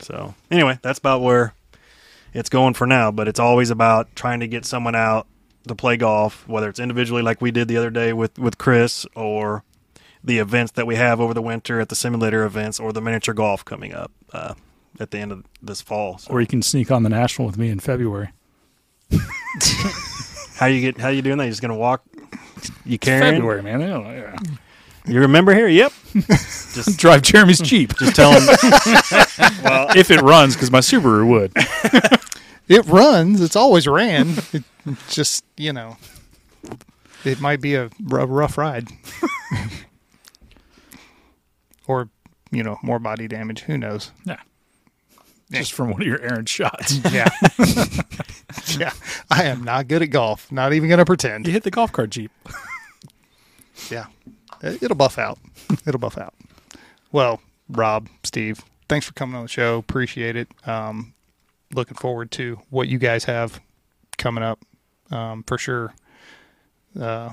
So anyway, that's about where it's going for now. But it's always about trying to get someone out to play golf, whether it's individually like we did the other day with with Chris, or the events that we have over the winter at the simulator events, or the miniature golf coming up uh, at the end of this fall. So Or you can sneak on the national with me in February. how you get how you doing that? You just gonna walk? You carrying? February, man. I don't know, yeah. You remember here? Yep. just Drive Jeremy's Jeep just tell him. well, if it runs, because my Subaru would. It runs. It's always ran. It it's just you know, it might be a r- rough ride, or you know, more body damage. Who knows? Yeah. Just from one of your errant shots. Yeah, yeah. I am not good at golf. Not even going to pretend. You hit the golf cart Jeep. Yeah, It- it'll buff out. It'll buff out. Well, Rob, Steve, thanks for coming on the show. Appreciate it. Um, looking forward to what you guys have coming up um, for sure. Uh,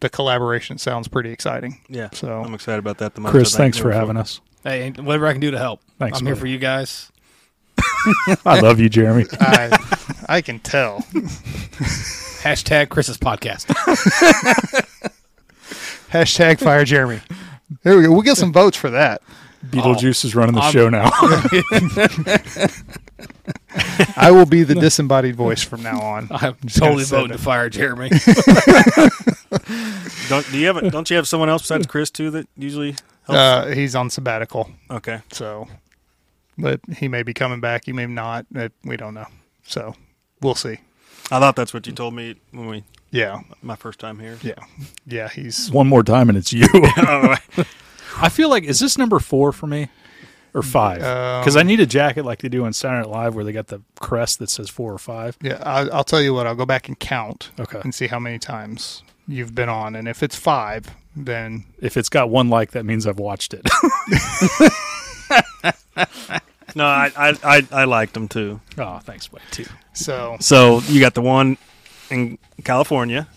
the collaboration sounds pretty exciting. Yeah. So- I'm excited about that. The most Chris, I think, thanks for moving having forward. us. Hey, and whatever I can do to help. Thanks, I'm here brother. for you guys. I love you, Jeremy. I, I can tell. Hashtag Chris's podcast. Hashtag fire Jeremy. There we go. We'll get some votes for that. Beetlejuice is running the I'm- show now. I will be the disembodied voice from now on. I'm just gonna totally say voting that. to fire Jeremy. Don't do you have a, don't you have someone else besides Chris too that usually helps? Uh, he's on sabbatical. okay. So, but he may be coming back. He may not. Uh, We don't know. So, we'll see. I thought that's what you told me when we Yeah, my first time here. yeah, yeah. He's One more time, and it's you. Oh, I feel like is this number four for me or five? Because I need a jacket like they do on Saturday Night Live, where they got the crest that says four or five. yeah. I, I'll tell you what. I'll go back and count. Okay. And see how many times you've been on, and if it's five, then If it's got one like, that means I've watched it. no, I, I I I liked them too. oh, thanks, buddy. Too. so So you got the one in California.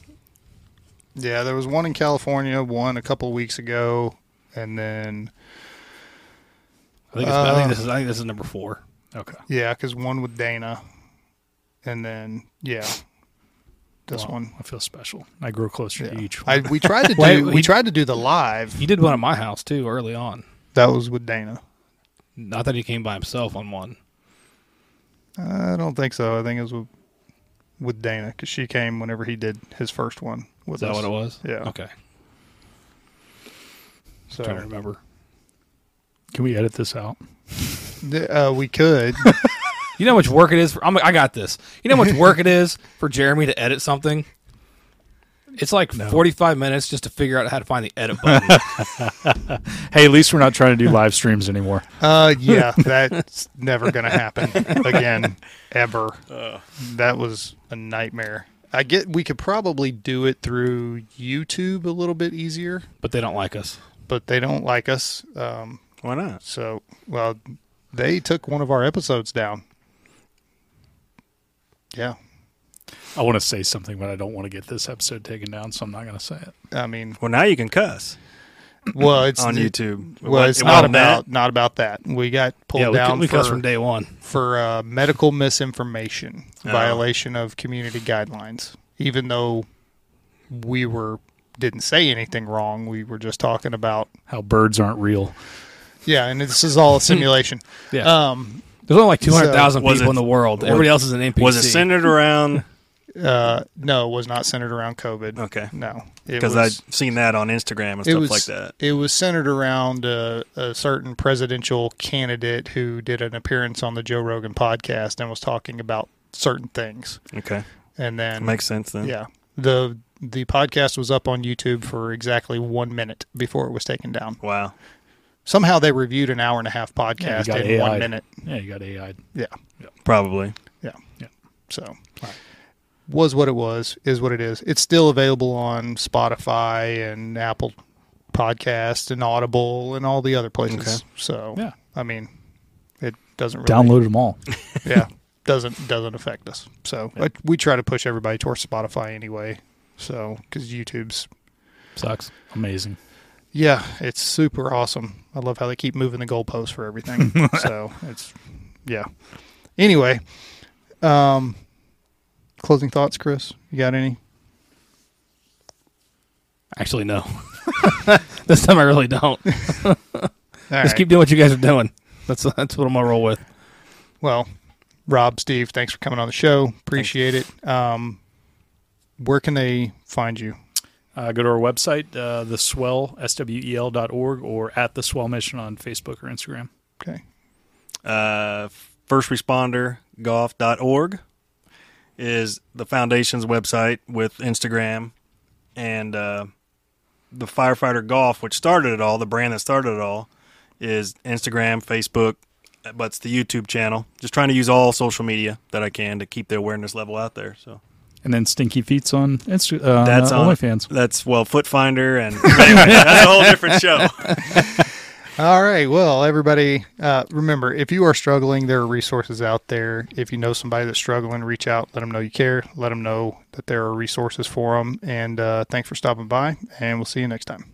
yeah. There was one in California, one a couple of weeks ago, and then I think, it's, I think this is I think this is number four. Okay. yeah, because one with Dana, and then yeah, this Well, one. I feel special. I grow closer Yeah. to each. I, One. we tried to do Wait, we he- tried to do the live. You did one at my house too early on. That was with Dana. Not that he came by himself on one. I don't think so. I think it was with, with Dana because she came whenever he did his first one. With Is that us. what it was? Yeah. Okay. So trying to remember. Can we edit this out? th- uh, we could. You know how much work it is for. I'm, I got this. You know how much work it is for Jeremy to edit something. It's like 45 minutes just to figure out how to find the edit button. Hey, at least we're not trying to do live streams anymore. uh, yeah, that's never going to happen again, ever. That was a nightmare. I get we could probably do it through YouTube a little bit easier, but they don't like us. but they don't like us. Um, Why not? so, well, they took one of our episodes down. Yeah. I want to say something, but I don't want to get this episode taken down, so I'm not going to say it. I mean, Well, now you can cuss well, it's on YouTube. It Well, wa- it's it not wasn't that. about not about that. We got pulled yeah, we, down we for, cuss from day one. for uh, medical misinformation, Oh. violation of community guidelines. Even though we were didn't say anything wrong, we were just talking about How birds aren't real. yeah. And this is all a simulation. Yeah. Um, There's only like 200,000 So, was people it- in the world. was- Everybody else is an NPC. Was it centered around Uh, no, it was not centered around COVID. Okay. No, it Because was- I've seen that on Instagram and it stuff was like that. It was centered around uh, a certain presidential candidate who did an appearance on the Joe Rogan podcast and was talking about certain things. Okay. And then Makes sense then. yeah, the the podcast was up on YouTube for exactly one minute before it was taken down. Wow. Somehow they reviewed an hour and a half Yeah, you podcast got in AI'd. one minute. Yeah, you got AI'd. Yeah, Probably. yeah, Yeah. So. Was what it was, is what it is. It's still available on Spotify and Apple Podcast and Audible and all the other places. Okay. So Yeah. I mean, it doesn't really Downloaded them all. yeah doesn't doesn't affect us so but we try to push everybody towards spotify anyway so because youtube's Sucks. Amazing. yeah it's super awesome i love how they keep moving the goalposts for everything so it's yeah anyway um closing thoughts chris you got any Actually, no. this time I really don't. Just All right. keep doing what you guys are doing. That's that's what I'm gonna roll with. well rob steve thanks for coming on the show appreciate it um where can they find you Uh, go to our website, uh, theswell, S-W-E-L dot org, or at the Swell Mission on Facebook or Instagram. okay uh, firstrespondergolf.org is the foundation's website with Instagram and uh, the firefighter golf, which started it all, the brand that started it all, is Instagram, Facebook, but it's the YouTube channel. Just trying to use all social media that I can to keep the awareness level out there. So And then Stinky Feet's on Insta- uh, that's uh, on OnlyFans. That's well, Foot Finder, and anyway, that's a whole different show. All right. Well, everybody, uh, remember if you are struggling, there are resources out there. If you know somebody that's struggling, reach out, let them know you care, let them know that there are resources for them. And uh, thanks for stopping by, and we'll see you next time.